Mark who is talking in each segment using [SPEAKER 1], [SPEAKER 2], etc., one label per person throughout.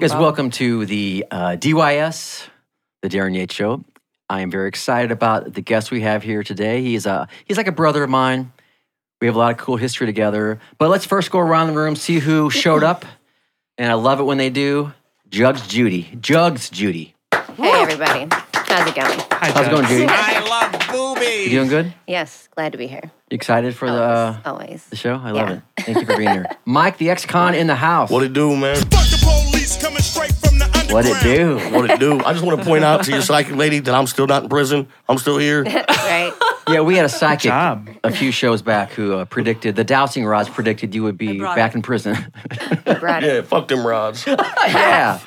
[SPEAKER 1] Guys, welcome to the uh, DYS, the Darren Yates Show. I am very excited about the guest we have here today. He's a he's like a brother of mine. We have a lot of cool history together. But let's first go around the room, see who showed up. And I love it when they do. Jugs Judy, Jugs Judy,
[SPEAKER 2] Hey, everybody. How's it going?
[SPEAKER 1] how's it going, Judy?
[SPEAKER 3] I love
[SPEAKER 1] You
[SPEAKER 3] boobies.
[SPEAKER 1] doing good?
[SPEAKER 2] Yes, glad to be here.
[SPEAKER 1] You excited for the uh,
[SPEAKER 2] Always.
[SPEAKER 1] the show? I love
[SPEAKER 2] Yeah.
[SPEAKER 1] it. Thank you for being here, Mike, the ex-con in the house.
[SPEAKER 4] What it do, man?
[SPEAKER 3] Fuck the police coming straight from the underground.
[SPEAKER 1] What it do?
[SPEAKER 4] What it do? I just want to point out to your psychic lady that I'm still not in prison. I'm still here.
[SPEAKER 2] Right?
[SPEAKER 1] Yeah, we had a psychic
[SPEAKER 5] job.
[SPEAKER 1] a few shows back who uh, predicted the dowsing rods predicted you would be
[SPEAKER 6] brought
[SPEAKER 1] back
[SPEAKER 6] it.
[SPEAKER 1] in prison.
[SPEAKER 2] Brought it.
[SPEAKER 4] Yeah, fuck them rods.
[SPEAKER 1] yeah,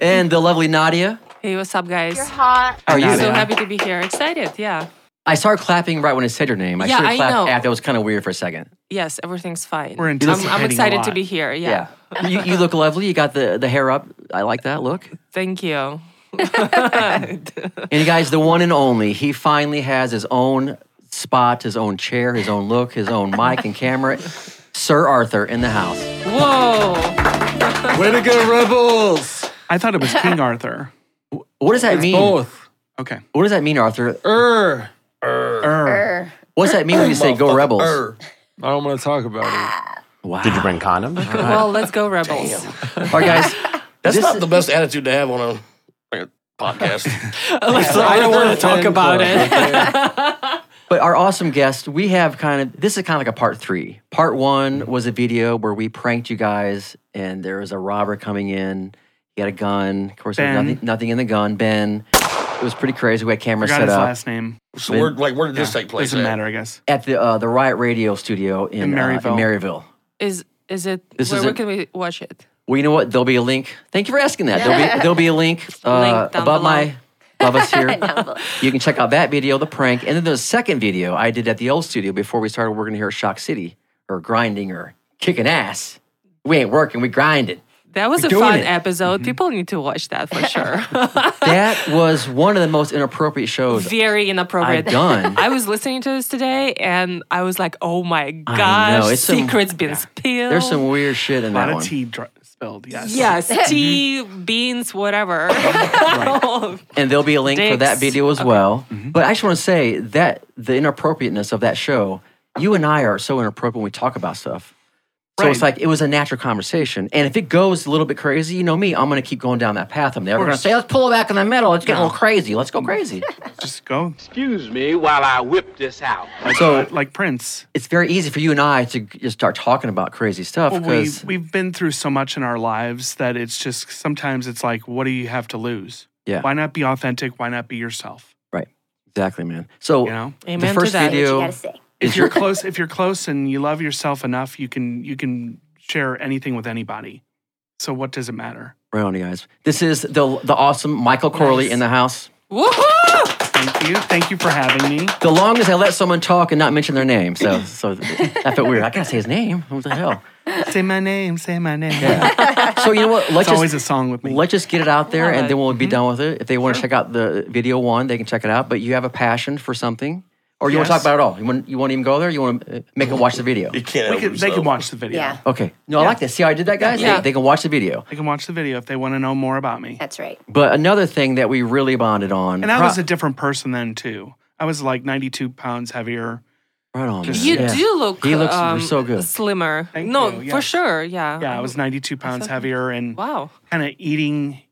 [SPEAKER 1] and the lovely Nadia.
[SPEAKER 6] Hey, what's up, guys?
[SPEAKER 1] How are you?
[SPEAKER 5] Nadia.
[SPEAKER 6] So happy to be here. Excited, yeah.
[SPEAKER 1] I started clapping right when I said your name. I
[SPEAKER 6] Yeah,
[SPEAKER 1] should have
[SPEAKER 6] I
[SPEAKER 1] clapped
[SPEAKER 6] know.
[SPEAKER 1] after. It was kind of weird for a second.
[SPEAKER 6] Yes, everything's fine.
[SPEAKER 5] We're
[SPEAKER 6] I'm, I'm
[SPEAKER 5] anticipating a
[SPEAKER 6] excited to
[SPEAKER 5] lot.
[SPEAKER 6] be here. Yeah.
[SPEAKER 1] you, you look lovely. You got the, the hair up. I like that look.
[SPEAKER 6] Thank you.
[SPEAKER 1] And you guys, the one and only, he finally has his own spot, his own chair, his own look, his own mic and camera. Sir Arthur in the house.
[SPEAKER 6] Whoa.
[SPEAKER 7] Way to go, Rebels!
[SPEAKER 5] I thought it was King Arthur.
[SPEAKER 1] What does that mean?
[SPEAKER 7] Both.
[SPEAKER 5] Okay.
[SPEAKER 1] What does that mean, Arthur?
[SPEAKER 7] Er.
[SPEAKER 5] Er.
[SPEAKER 2] Er,
[SPEAKER 1] What's that mean when you say go rebels?
[SPEAKER 4] Er.
[SPEAKER 7] I don't want to talk about
[SPEAKER 1] Wow.
[SPEAKER 4] bring condoms?
[SPEAKER 6] Well, let's go, Rebels.
[SPEAKER 1] All right, guys.
[SPEAKER 4] That's
[SPEAKER 1] This
[SPEAKER 4] not
[SPEAKER 1] is-
[SPEAKER 4] the best attitude to have on a, a podcast.
[SPEAKER 6] Let's, I don't want to talk about it.
[SPEAKER 1] But our awesome guest, we have kind of this is kind of like a part three. Part
[SPEAKER 5] Mm-hmm.
[SPEAKER 1] one was a video where we pranked you guys, and there was a robber coming in. He had a gun. Of course, there was
[SPEAKER 5] Ben.
[SPEAKER 1] nothing, nothing in the gun. Ben. It was pretty crazy. We had cameras
[SPEAKER 5] Forgot
[SPEAKER 1] set
[SPEAKER 5] his
[SPEAKER 1] up
[SPEAKER 5] last name.
[SPEAKER 4] So where, like, where did this
[SPEAKER 5] Yeah,
[SPEAKER 4] take place?
[SPEAKER 5] Doesn't
[SPEAKER 4] at?
[SPEAKER 5] matter, I guess.
[SPEAKER 1] at the uh, the Riot Radio studio in,
[SPEAKER 5] In
[SPEAKER 1] Uh,
[SPEAKER 5] Maryville.
[SPEAKER 1] in Maryville.
[SPEAKER 6] Is, is it,
[SPEAKER 1] This
[SPEAKER 6] where,
[SPEAKER 1] is
[SPEAKER 6] where
[SPEAKER 1] it.
[SPEAKER 6] can we watch it?
[SPEAKER 1] Well, you know what? There'll be a link. Thank you for asking that. There'll be there'll be a link, uh,
[SPEAKER 6] Link down
[SPEAKER 1] above
[SPEAKER 6] below.
[SPEAKER 1] my above us here.
[SPEAKER 2] down below.
[SPEAKER 1] You can check out that video, the prank, and then there's a second video I did at the old studio before we started working here at Shock City, or grinding, or kicking ass. We ain't working, we grinding.
[SPEAKER 6] That was a
[SPEAKER 1] doing
[SPEAKER 6] fun
[SPEAKER 1] it. Mm-hmm.
[SPEAKER 6] episode. People need to watch that for sure.
[SPEAKER 1] That was one of the most inappropriate shows
[SPEAKER 6] Very inappropriate.
[SPEAKER 1] I've done.
[SPEAKER 6] I was listening to this today and I was like, oh my gosh,
[SPEAKER 1] know, it's some-
[SPEAKER 6] secrets been spilled.
[SPEAKER 1] There's some weird shit in
[SPEAKER 5] A lot
[SPEAKER 1] that
[SPEAKER 5] of
[SPEAKER 1] one.
[SPEAKER 5] tea dr- spilled. Yes.
[SPEAKER 6] Yes, tea, beans, whatever.
[SPEAKER 1] And there'll be a link for that
[SPEAKER 6] Dicks.
[SPEAKER 1] video as well.
[SPEAKER 5] Mm-hmm.
[SPEAKER 1] But I just want to say that the inappropriateness of that show, you and I are so inappropriate when we talk about stuff. So it's
[SPEAKER 5] Right.
[SPEAKER 1] like it was a natural conversation. And if it goes a little bit crazy, you know me, I'm going to keep going down that path. I'm never going to
[SPEAKER 5] course.
[SPEAKER 1] say, let's pull it back in the middle. It's getting a little crazy. Let's go crazy.
[SPEAKER 5] Just go.
[SPEAKER 8] Excuse me while I whip this out.
[SPEAKER 1] so
[SPEAKER 5] Like Prince.
[SPEAKER 1] it's very easy for you and I to just start talking about crazy stuff
[SPEAKER 5] Well, we,
[SPEAKER 1] because,
[SPEAKER 5] we've been through so much in our lives that it's just sometimes it's like, what do you have to lose?
[SPEAKER 1] Yeah.
[SPEAKER 5] Why not be authentic? Why not be yourself?
[SPEAKER 1] right. Exactly, man. So
[SPEAKER 5] You know?
[SPEAKER 1] the
[SPEAKER 6] Amen to
[SPEAKER 1] first
[SPEAKER 6] that.
[SPEAKER 2] what you
[SPEAKER 1] video,
[SPEAKER 2] gotta say.
[SPEAKER 5] If you're close, if you're close and you love yourself enough, you can you can share anything with anybody. So what does it matter?
[SPEAKER 1] right on, you guys. This is the, the awesome Michael Corley in the house.
[SPEAKER 6] Woohoo!
[SPEAKER 5] Thank you. Thank you for having me.
[SPEAKER 1] the longest I let someone talk and not mention their name. So, so that felt weird. I gotta say his name. What the hell?
[SPEAKER 5] Say my name. Say my name.
[SPEAKER 1] So you know what? Let's
[SPEAKER 5] It's always a
[SPEAKER 1] just
[SPEAKER 5] song with me. Mm-hmm.
[SPEAKER 1] let's just get it out there,
[SPEAKER 6] Love
[SPEAKER 1] and
[SPEAKER 6] it.
[SPEAKER 1] then we'll be done with it. If they want to check out the video one, they can check it out. But you have a passion for something, or you want
[SPEAKER 5] Yes.
[SPEAKER 1] to talk about it all? You want you won't even go there. You want to make them watch the video?
[SPEAKER 4] You can't
[SPEAKER 5] We can-
[SPEAKER 4] help
[SPEAKER 5] they
[SPEAKER 4] yourself.
[SPEAKER 5] can watch the video.
[SPEAKER 2] Yeah,
[SPEAKER 1] Okay. No, I like this. See how I did that, guys? They-
[SPEAKER 6] Yeah.
[SPEAKER 1] They, can watch the video.
[SPEAKER 5] They can watch the video if they want to know more about me.
[SPEAKER 2] that's right.
[SPEAKER 1] But another thing that we really bonded on,
[SPEAKER 5] And I
[SPEAKER 1] pro-
[SPEAKER 5] was a different person then too. I was like 92 pounds heavier.
[SPEAKER 1] right on. man.
[SPEAKER 6] You
[SPEAKER 1] Yeah.
[SPEAKER 6] do look.
[SPEAKER 1] He looks
[SPEAKER 6] um,
[SPEAKER 1] so good.
[SPEAKER 6] Slimmer.
[SPEAKER 5] Thank
[SPEAKER 6] no,
[SPEAKER 5] you,
[SPEAKER 6] for
[SPEAKER 5] yeah.
[SPEAKER 6] sure. Yeah.
[SPEAKER 5] Yeah, I was 92 pounds heavier and
[SPEAKER 6] Wow.
[SPEAKER 5] kind of eating,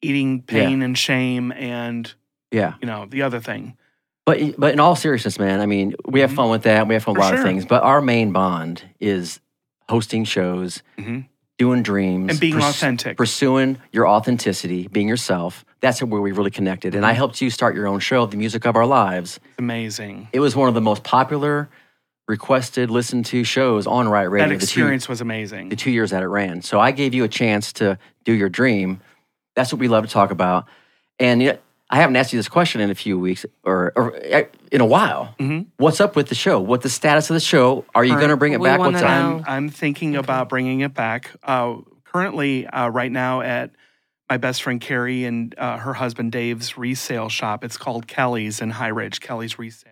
[SPEAKER 5] eating pain and shame and
[SPEAKER 1] Yeah.
[SPEAKER 5] you know the other thing.
[SPEAKER 1] But but in all seriousness, man, I mean, we have fun with that. We have fun with a lot
[SPEAKER 5] Mm-hmm. For
[SPEAKER 1] of
[SPEAKER 5] sure.
[SPEAKER 1] things. But our main bond is hosting shows,
[SPEAKER 5] Mhm.
[SPEAKER 1] doing dreams,
[SPEAKER 5] And being
[SPEAKER 1] purs-
[SPEAKER 5] authentic.
[SPEAKER 1] pursuing your authenticity, being yourself. That's where we really connected.
[SPEAKER 5] Mm-hmm.
[SPEAKER 1] And I helped you start your own show, The Music of Our Lives.
[SPEAKER 5] It's amazing.
[SPEAKER 1] It was one of the most popular, requested, listened to shows on Riot Radio.
[SPEAKER 5] That
[SPEAKER 1] the two-
[SPEAKER 5] experience was
[SPEAKER 1] the
[SPEAKER 5] amazing.
[SPEAKER 1] two years that it ran. So I gave you a chance to do your dream. That's what we love to talk about. And you know, I haven't asked you this question in a few weeks or, or uh, in a while.
[SPEAKER 5] Mm-hmm.
[SPEAKER 1] What's up with the show? What's the status of the show? Are you going to bring it
[SPEAKER 6] We
[SPEAKER 1] back?
[SPEAKER 6] wanna
[SPEAKER 1] What's
[SPEAKER 6] know.
[SPEAKER 1] up?
[SPEAKER 5] I'm, I'm thinking about bringing it back. Uh, currently, uh, right now at my best friend Carrie and uh, her husband Dave's resale shop. It's called Kelly's in High Ridge. Kelly's Resale.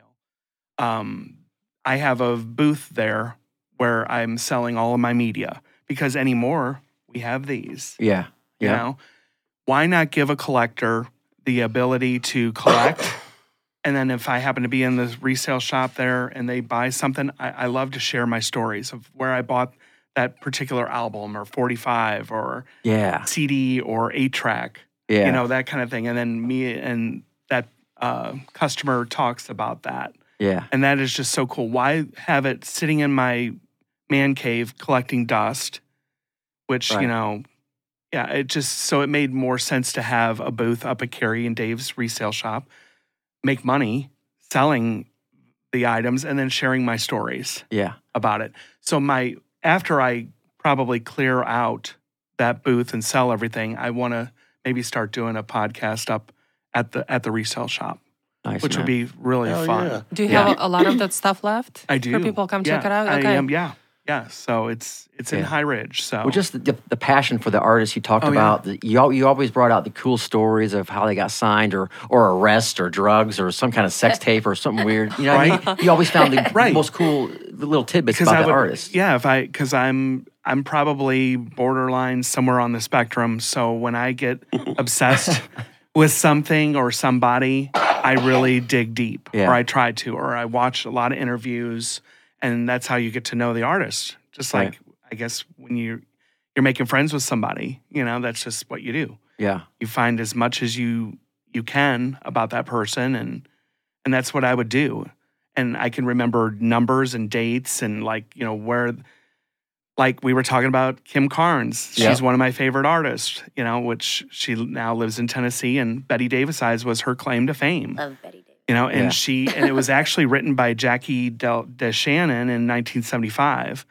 [SPEAKER 5] Um, I have a booth there where I'm selling all of my media because anymore we have these.
[SPEAKER 1] Yeah,
[SPEAKER 5] You
[SPEAKER 1] Yeah.
[SPEAKER 5] know, why not give a collector the ability to collect? and then if I happen to be in the resale shop there and they buy something, I, I love to share my stories of where I bought that particular album or 45 or
[SPEAKER 1] Yeah.
[SPEAKER 5] CD or 8 track
[SPEAKER 1] Yeah.
[SPEAKER 5] you know that kind of thing and then me and that uh, customer talks about that
[SPEAKER 1] yeah.
[SPEAKER 5] and that is just so cool why have it sitting in my man cave collecting dust which
[SPEAKER 1] Right.
[SPEAKER 5] you know yeah it just so it made more sense to have a booth up at carrie and dave's resale shop make money selling the items and then sharing my stories
[SPEAKER 1] Yeah.
[SPEAKER 5] about it. So my after I probably clear out that booth and sell everything, I want to maybe start doing a podcast up at the at the resale shop,
[SPEAKER 1] Nice.
[SPEAKER 5] which
[SPEAKER 1] man.
[SPEAKER 5] would be really
[SPEAKER 4] Hell
[SPEAKER 5] fun.
[SPEAKER 4] yeah.
[SPEAKER 6] Do you
[SPEAKER 1] Yeah.
[SPEAKER 6] have a lot of that stuff left?
[SPEAKER 5] I do.
[SPEAKER 6] For people come
[SPEAKER 5] Yeah,
[SPEAKER 6] check it out.
[SPEAKER 5] I
[SPEAKER 6] Okay.
[SPEAKER 5] am, yeah. Yeah, so it's it's in
[SPEAKER 1] Yeah.
[SPEAKER 5] High Ridge. So
[SPEAKER 1] Well, just the, the passion for the artists you talked
[SPEAKER 5] Oh, yeah.
[SPEAKER 1] about. The, you, al- you always brought out the cool stories of how they got signed or or arrest or drugs or some kind of sex tape or something weird. You know, what I mean? you always found the
[SPEAKER 5] Right.
[SPEAKER 1] most cool little tidbits about
[SPEAKER 5] I
[SPEAKER 1] the
[SPEAKER 5] would-
[SPEAKER 1] artist.
[SPEAKER 5] Yeah, if I because I'm I'm probably borderline somewhere on the spectrum. So when I get obsessed with something or somebody, I really dig deep,
[SPEAKER 1] Yeah.
[SPEAKER 5] or I try to, or I watch a lot of interviews, and that's how you get to know the artist. Just
[SPEAKER 1] Right.
[SPEAKER 5] like I guess when you you're making friends with somebody, you know, that's just what you do.
[SPEAKER 1] Yeah,
[SPEAKER 5] You find as much as you you can about that person, and and that's what I would do and I can remember numbers and dates and like you know where like we were talking about Kim Carnes. She's
[SPEAKER 1] Yeah.
[SPEAKER 5] one of my favorite artists, you know, which she now lives in Tennessee and Betty Davis Eyes was her claim to fame.
[SPEAKER 2] Love Betty Davis.
[SPEAKER 5] You know, and
[SPEAKER 1] Yeah.
[SPEAKER 5] she and it was actually written by Jackie Del DeShannon in 1975.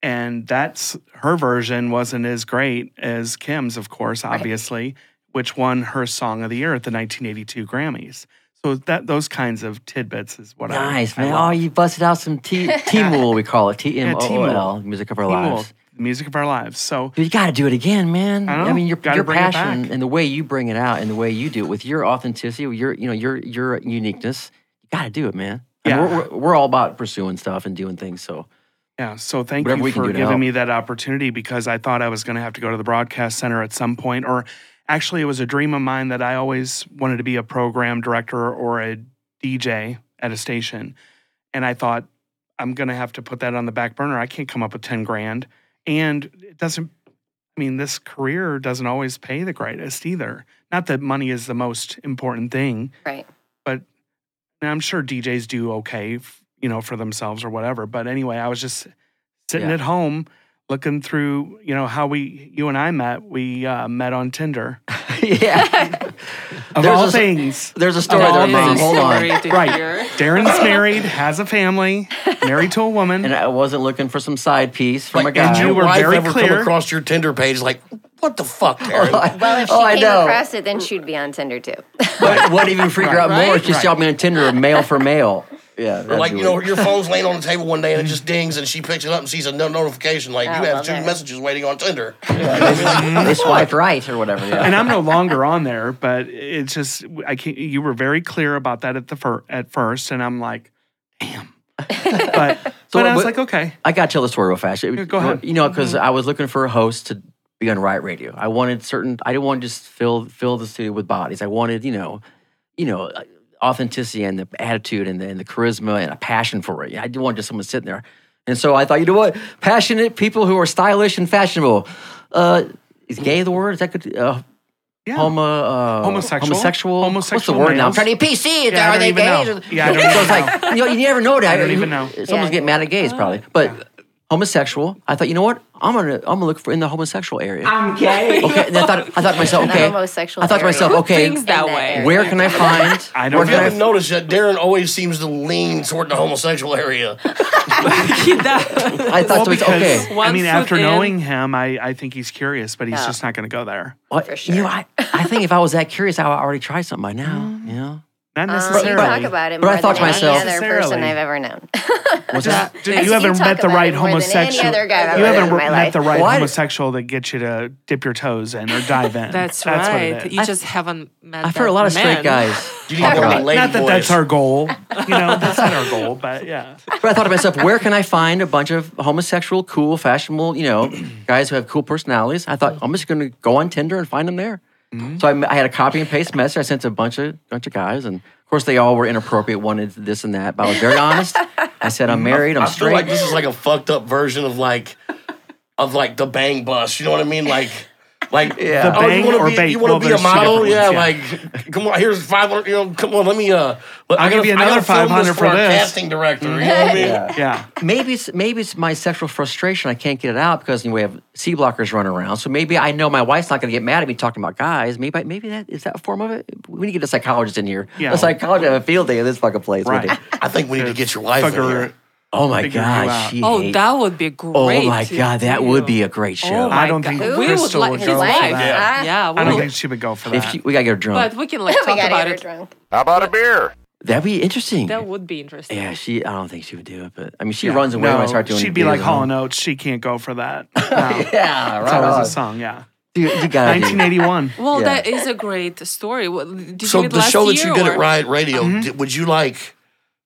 [SPEAKER 5] And that's her version wasn't as great as Kim's, of course, obviously, which won her Song of the Year at the 1982 Grammys. So that those kinds of tidbits is what I
[SPEAKER 1] nice
[SPEAKER 5] I
[SPEAKER 1] man.
[SPEAKER 5] love.
[SPEAKER 1] Oh, you busted out some T T-Mool, we call it T M O O L, music of our
[SPEAKER 5] Team
[SPEAKER 1] lives.
[SPEAKER 5] Wolf, the music of our lives. So
[SPEAKER 1] Dude, you got to do it again, man.
[SPEAKER 5] I know.
[SPEAKER 1] mean, your
[SPEAKER 5] Gotta
[SPEAKER 1] your
[SPEAKER 5] bring it
[SPEAKER 1] passion
[SPEAKER 5] back.
[SPEAKER 1] and the way you bring it out and the way you do it with your authenticity, with your you know your your uniqueness. You got to do it, man. I mean,
[SPEAKER 5] Yeah.
[SPEAKER 1] we're, we're, we're all about pursuing stuff and doing things. So
[SPEAKER 5] yeah, so thank
[SPEAKER 1] Whatever we
[SPEAKER 5] you
[SPEAKER 1] can do
[SPEAKER 5] for
[SPEAKER 1] to help.
[SPEAKER 5] giving me that opportunity because I thought I was going to have to go to the broadcast center at some point, or actually, it was a dream of mine that I always wanted to be a program director or a DJ at a station, and I thought I'm going to have to put that on the back burner. I can't come up with ten grand, and it doesn't. I mean, this career doesn't always pay the greatest either. Not that money is the most important thing,
[SPEAKER 2] Right.
[SPEAKER 5] Now I'm sure DJs do okay, f- you know, for themselves or whatever. But anyway, I was just sitting
[SPEAKER 1] Yeah.
[SPEAKER 5] at home looking through, you know, how we, you and I met. We uh, met on Tinder.
[SPEAKER 1] yeah,
[SPEAKER 5] Of
[SPEAKER 1] There's
[SPEAKER 5] all
[SPEAKER 1] a s-
[SPEAKER 5] things,
[SPEAKER 1] there's a story
[SPEAKER 5] Of all
[SPEAKER 1] there, Mom.
[SPEAKER 5] things.
[SPEAKER 1] Hold on.
[SPEAKER 6] Sorry to
[SPEAKER 5] Right.
[SPEAKER 6] hear.
[SPEAKER 5] Darren's married, has a family, married to a woman.
[SPEAKER 1] And I wasn't looking for some side piece from a
[SPEAKER 4] Like,
[SPEAKER 1] guy.
[SPEAKER 5] and
[SPEAKER 4] Did your
[SPEAKER 5] Oh you were
[SPEAKER 4] wife
[SPEAKER 5] very
[SPEAKER 4] ever come
[SPEAKER 5] clear.
[SPEAKER 4] across your Tinder page like, what the fuck, Darren?
[SPEAKER 2] Well, if she
[SPEAKER 1] oh, I
[SPEAKER 2] came
[SPEAKER 1] know.
[SPEAKER 2] across it, then she'd be on Tinder too.
[SPEAKER 1] But what even freak her out more if she saw me on Tinder, mail for mail. Yeah,
[SPEAKER 4] Or
[SPEAKER 1] that'd
[SPEAKER 4] like,
[SPEAKER 1] be
[SPEAKER 4] you know,
[SPEAKER 1] weird.
[SPEAKER 4] your phone's laying on the table one day
[SPEAKER 5] Mm.
[SPEAKER 4] and it just dings and she picks it up and sees a no- notification like,
[SPEAKER 2] I
[SPEAKER 4] you have
[SPEAKER 2] love
[SPEAKER 4] two
[SPEAKER 2] it.
[SPEAKER 4] messages waiting on Tinder.
[SPEAKER 1] they swiped right or whatever. Yeah.
[SPEAKER 5] and I'm no longer on there, but it's just I can't. You were very clear about that at the fir- at first, and I'm like, damn. But but I
[SPEAKER 1] but-
[SPEAKER 5] was like, okay,
[SPEAKER 1] I got to tell the story real fast. It-
[SPEAKER 5] Yeah, go ahead.
[SPEAKER 1] You know, because I was looking for a host to be on Riot Radio. I wanted certain. I didn't want to just fill fill the studio with bodies. I wanted, you know, you know, uh, authenticity and the attitude and the, and the charisma and a passion for it. I didn't want just someone sitting there. And so I thought, you know what? Passionate people who are stylish and fashionable. Uh, is gay the word? Is that good? Uh,
[SPEAKER 5] yeah.
[SPEAKER 1] Homo, uh,
[SPEAKER 5] Homosexual.
[SPEAKER 1] homosexual, What's the
[SPEAKER 5] Homosexual
[SPEAKER 1] word now? I'm
[SPEAKER 5] males.
[SPEAKER 1] trying to be PC. Is
[SPEAKER 5] Yeah,
[SPEAKER 1] that-
[SPEAKER 5] I
[SPEAKER 1] are
[SPEAKER 5] don't
[SPEAKER 1] they
[SPEAKER 5] even
[SPEAKER 1] gays?
[SPEAKER 5] know. Yeah, I don't
[SPEAKER 1] so
[SPEAKER 5] even
[SPEAKER 1] it's like you, know, you never know. I
[SPEAKER 5] don't even know.
[SPEAKER 1] Someone's
[SPEAKER 2] Yeah.
[SPEAKER 1] getting mad at gays probably, but homosexual. I thought, you know what? I'm gonna I'm gonna look for in the homosexual area. I'm gay. Okay, and I thought I thought to myself,
[SPEAKER 2] the
[SPEAKER 1] okay.
[SPEAKER 2] homosexual
[SPEAKER 1] I thought to
[SPEAKER 2] area.
[SPEAKER 1] myself, okay,
[SPEAKER 6] Things
[SPEAKER 2] that
[SPEAKER 6] that way.
[SPEAKER 2] area.
[SPEAKER 1] where can I find?
[SPEAKER 5] I
[SPEAKER 1] where can I
[SPEAKER 5] don't
[SPEAKER 4] If you
[SPEAKER 5] know.
[SPEAKER 1] f-
[SPEAKER 4] haven't noticed that, Darren always seems to lean toward the homosexual area.
[SPEAKER 6] He does.
[SPEAKER 1] I thought to myself, okay.
[SPEAKER 5] I
[SPEAKER 6] One
[SPEAKER 5] mean,
[SPEAKER 6] foot
[SPEAKER 5] after
[SPEAKER 6] in.
[SPEAKER 5] knowing him, I, I think he's curious, but he's
[SPEAKER 2] Yeah.
[SPEAKER 5] just not going to go there.
[SPEAKER 1] What-
[SPEAKER 2] For
[SPEAKER 1] You
[SPEAKER 2] sure.
[SPEAKER 1] know, I, I think if I was that curious, I would already try something by now. You know.
[SPEAKER 5] Not
[SPEAKER 2] Um,
[SPEAKER 5] necessarily.
[SPEAKER 2] you talk about it
[SPEAKER 1] But
[SPEAKER 2] more
[SPEAKER 1] I thought to
[SPEAKER 2] than any
[SPEAKER 1] myself-
[SPEAKER 2] other person
[SPEAKER 5] Necessarily.
[SPEAKER 2] I've ever known.
[SPEAKER 1] What's that?
[SPEAKER 5] Dude,
[SPEAKER 2] I
[SPEAKER 5] you
[SPEAKER 2] see you
[SPEAKER 5] haven't
[SPEAKER 2] talk
[SPEAKER 5] met the
[SPEAKER 2] about
[SPEAKER 5] right
[SPEAKER 2] it more than any
[SPEAKER 5] homosexual.
[SPEAKER 2] other guy I've
[SPEAKER 5] you
[SPEAKER 2] ever
[SPEAKER 5] haven't
[SPEAKER 2] met in my
[SPEAKER 5] met the
[SPEAKER 2] life.
[SPEAKER 5] right
[SPEAKER 1] Why-
[SPEAKER 5] homosexual that gets you to dip your toes in or dive in.
[SPEAKER 6] That's,
[SPEAKER 5] what
[SPEAKER 6] right.
[SPEAKER 5] it is.
[SPEAKER 6] You just haven't met.
[SPEAKER 1] I've heard a
[SPEAKER 6] that
[SPEAKER 1] lot of straight
[SPEAKER 6] man.
[SPEAKER 1] guys
[SPEAKER 4] You
[SPEAKER 1] talk
[SPEAKER 4] need
[SPEAKER 1] about
[SPEAKER 4] to
[SPEAKER 1] it.
[SPEAKER 4] lady
[SPEAKER 5] not that
[SPEAKER 4] boys.
[SPEAKER 5] that's our goal. You know, that's not our goal, but yeah.
[SPEAKER 1] But I thought to myself, where can I find a bunch of homosexual, cool, fashionable, you know, guys who have cool personalities? I thought I'm just going to go on Tinder and find them there. So I, I had a copy and paste message. I sent to a bunch of bunch of guys, and of course they all were inappropriate, wanted this and that. But I was very honest. I said I'm married. I'm
[SPEAKER 4] I feel
[SPEAKER 1] straight.
[SPEAKER 4] like this is like a fucked up version of like of like the bang bus. You know what I mean? Like like
[SPEAKER 1] Yeah. The
[SPEAKER 4] oh,
[SPEAKER 5] bang
[SPEAKER 4] you wanna
[SPEAKER 5] or
[SPEAKER 4] be,
[SPEAKER 5] bake?
[SPEAKER 4] You want to
[SPEAKER 5] Well,
[SPEAKER 4] be a
[SPEAKER 5] there's two
[SPEAKER 4] model?
[SPEAKER 5] different
[SPEAKER 4] Yeah,
[SPEAKER 5] ones,
[SPEAKER 4] Like come on, here's five hundred. You know, come on, let me. Uh, let- I
[SPEAKER 5] I'll give
[SPEAKER 4] gotta-
[SPEAKER 5] you
[SPEAKER 4] I gotta
[SPEAKER 5] another
[SPEAKER 4] film
[SPEAKER 5] 500 for
[SPEAKER 4] our
[SPEAKER 5] this.
[SPEAKER 4] casting director. You know what I mean?
[SPEAKER 5] Yeah.
[SPEAKER 1] maybe it's maybe it's my sexual frustration. I can't get it out because you know, we have C blockers running around. So maybe I know my wife's not going to get mad at me talking about guys. Maybe I- maybe that is that a form of it. We need to get a psychologist in here.
[SPEAKER 5] Yeah.
[SPEAKER 1] A psychologist have a field day in this fucking place.
[SPEAKER 5] Right.
[SPEAKER 1] wouldn't it?
[SPEAKER 4] I think we need to get your wife in
[SPEAKER 5] Figure-
[SPEAKER 4] here.
[SPEAKER 1] Oh my
[SPEAKER 5] Figure you
[SPEAKER 1] god,
[SPEAKER 5] out.
[SPEAKER 1] she
[SPEAKER 6] Oh,
[SPEAKER 1] hates-
[SPEAKER 6] that would be great.
[SPEAKER 1] Oh my god, that would be a great show.
[SPEAKER 6] Oh
[SPEAKER 5] I
[SPEAKER 6] my
[SPEAKER 5] don't
[SPEAKER 6] God.
[SPEAKER 5] think
[SPEAKER 6] we would
[SPEAKER 5] Crystal
[SPEAKER 6] like
[SPEAKER 5] would
[SPEAKER 6] his
[SPEAKER 5] go for
[SPEAKER 6] wife.
[SPEAKER 5] that.
[SPEAKER 6] Yeah,
[SPEAKER 5] I
[SPEAKER 6] we
[SPEAKER 5] don't
[SPEAKER 6] would.
[SPEAKER 5] think she would go for
[SPEAKER 1] if
[SPEAKER 5] that.
[SPEAKER 1] she, we gotta get her drunk,
[SPEAKER 6] But we can like
[SPEAKER 2] we
[SPEAKER 6] talk
[SPEAKER 2] gotta
[SPEAKER 6] about
[SPEAKER 2] get her
[SPEAKER 6] it.
[SPEAKER 2] drunk.
[SPEAKER 9] How about a beer?
[SPEAKER 1] that'd be interesting.
[SPEAKER 6] That would be interesting.
[SPEAKER 1] yeah, she. I don't think she would do it, but I mean, she
[SPEAKER 5] Yeah.
[SPEAKER 1] runs away
[SPEAKER 5] no,
[SPEAKER 1] when I start doing.
[SPEAKER 5] She'd be
[SPEAKER 1] beers
[SPEAKER 5] like
[SPEAKER 1] at
[SPEAKER 5] Hall
[SPEAKER 1] home.
[SPEAKER 5] and Oates. She can't go for that. No.
[SPEAKER 1] Yeah,
[SPEAKER 5] It's always
[SPEAKER 1] right.
[SPEAKER 5] a song, yeah.
[SPEAKER 1] Dude, you gotta. do-
[SPEAKER 5] 1981.
[SPEAKER 6] Well,
[SPEAKER 1] Yeah.
[SPEAKER 6] that is a great story. What- Did you
[SPEAKER 4] So
[SPEAKER 6] do it
[SPEAKER 4] the
[SPEAKER 6] last
[SPEAKER 4] show that
[SPEAKER 6] year
[SPEAKER 4] you did at
[SPEAKER 6] or-
[SPEAKER 4] Riot Radio,
[SPEAKER 5] Mm-hmm.
[SPEAKER 4] did, would you like?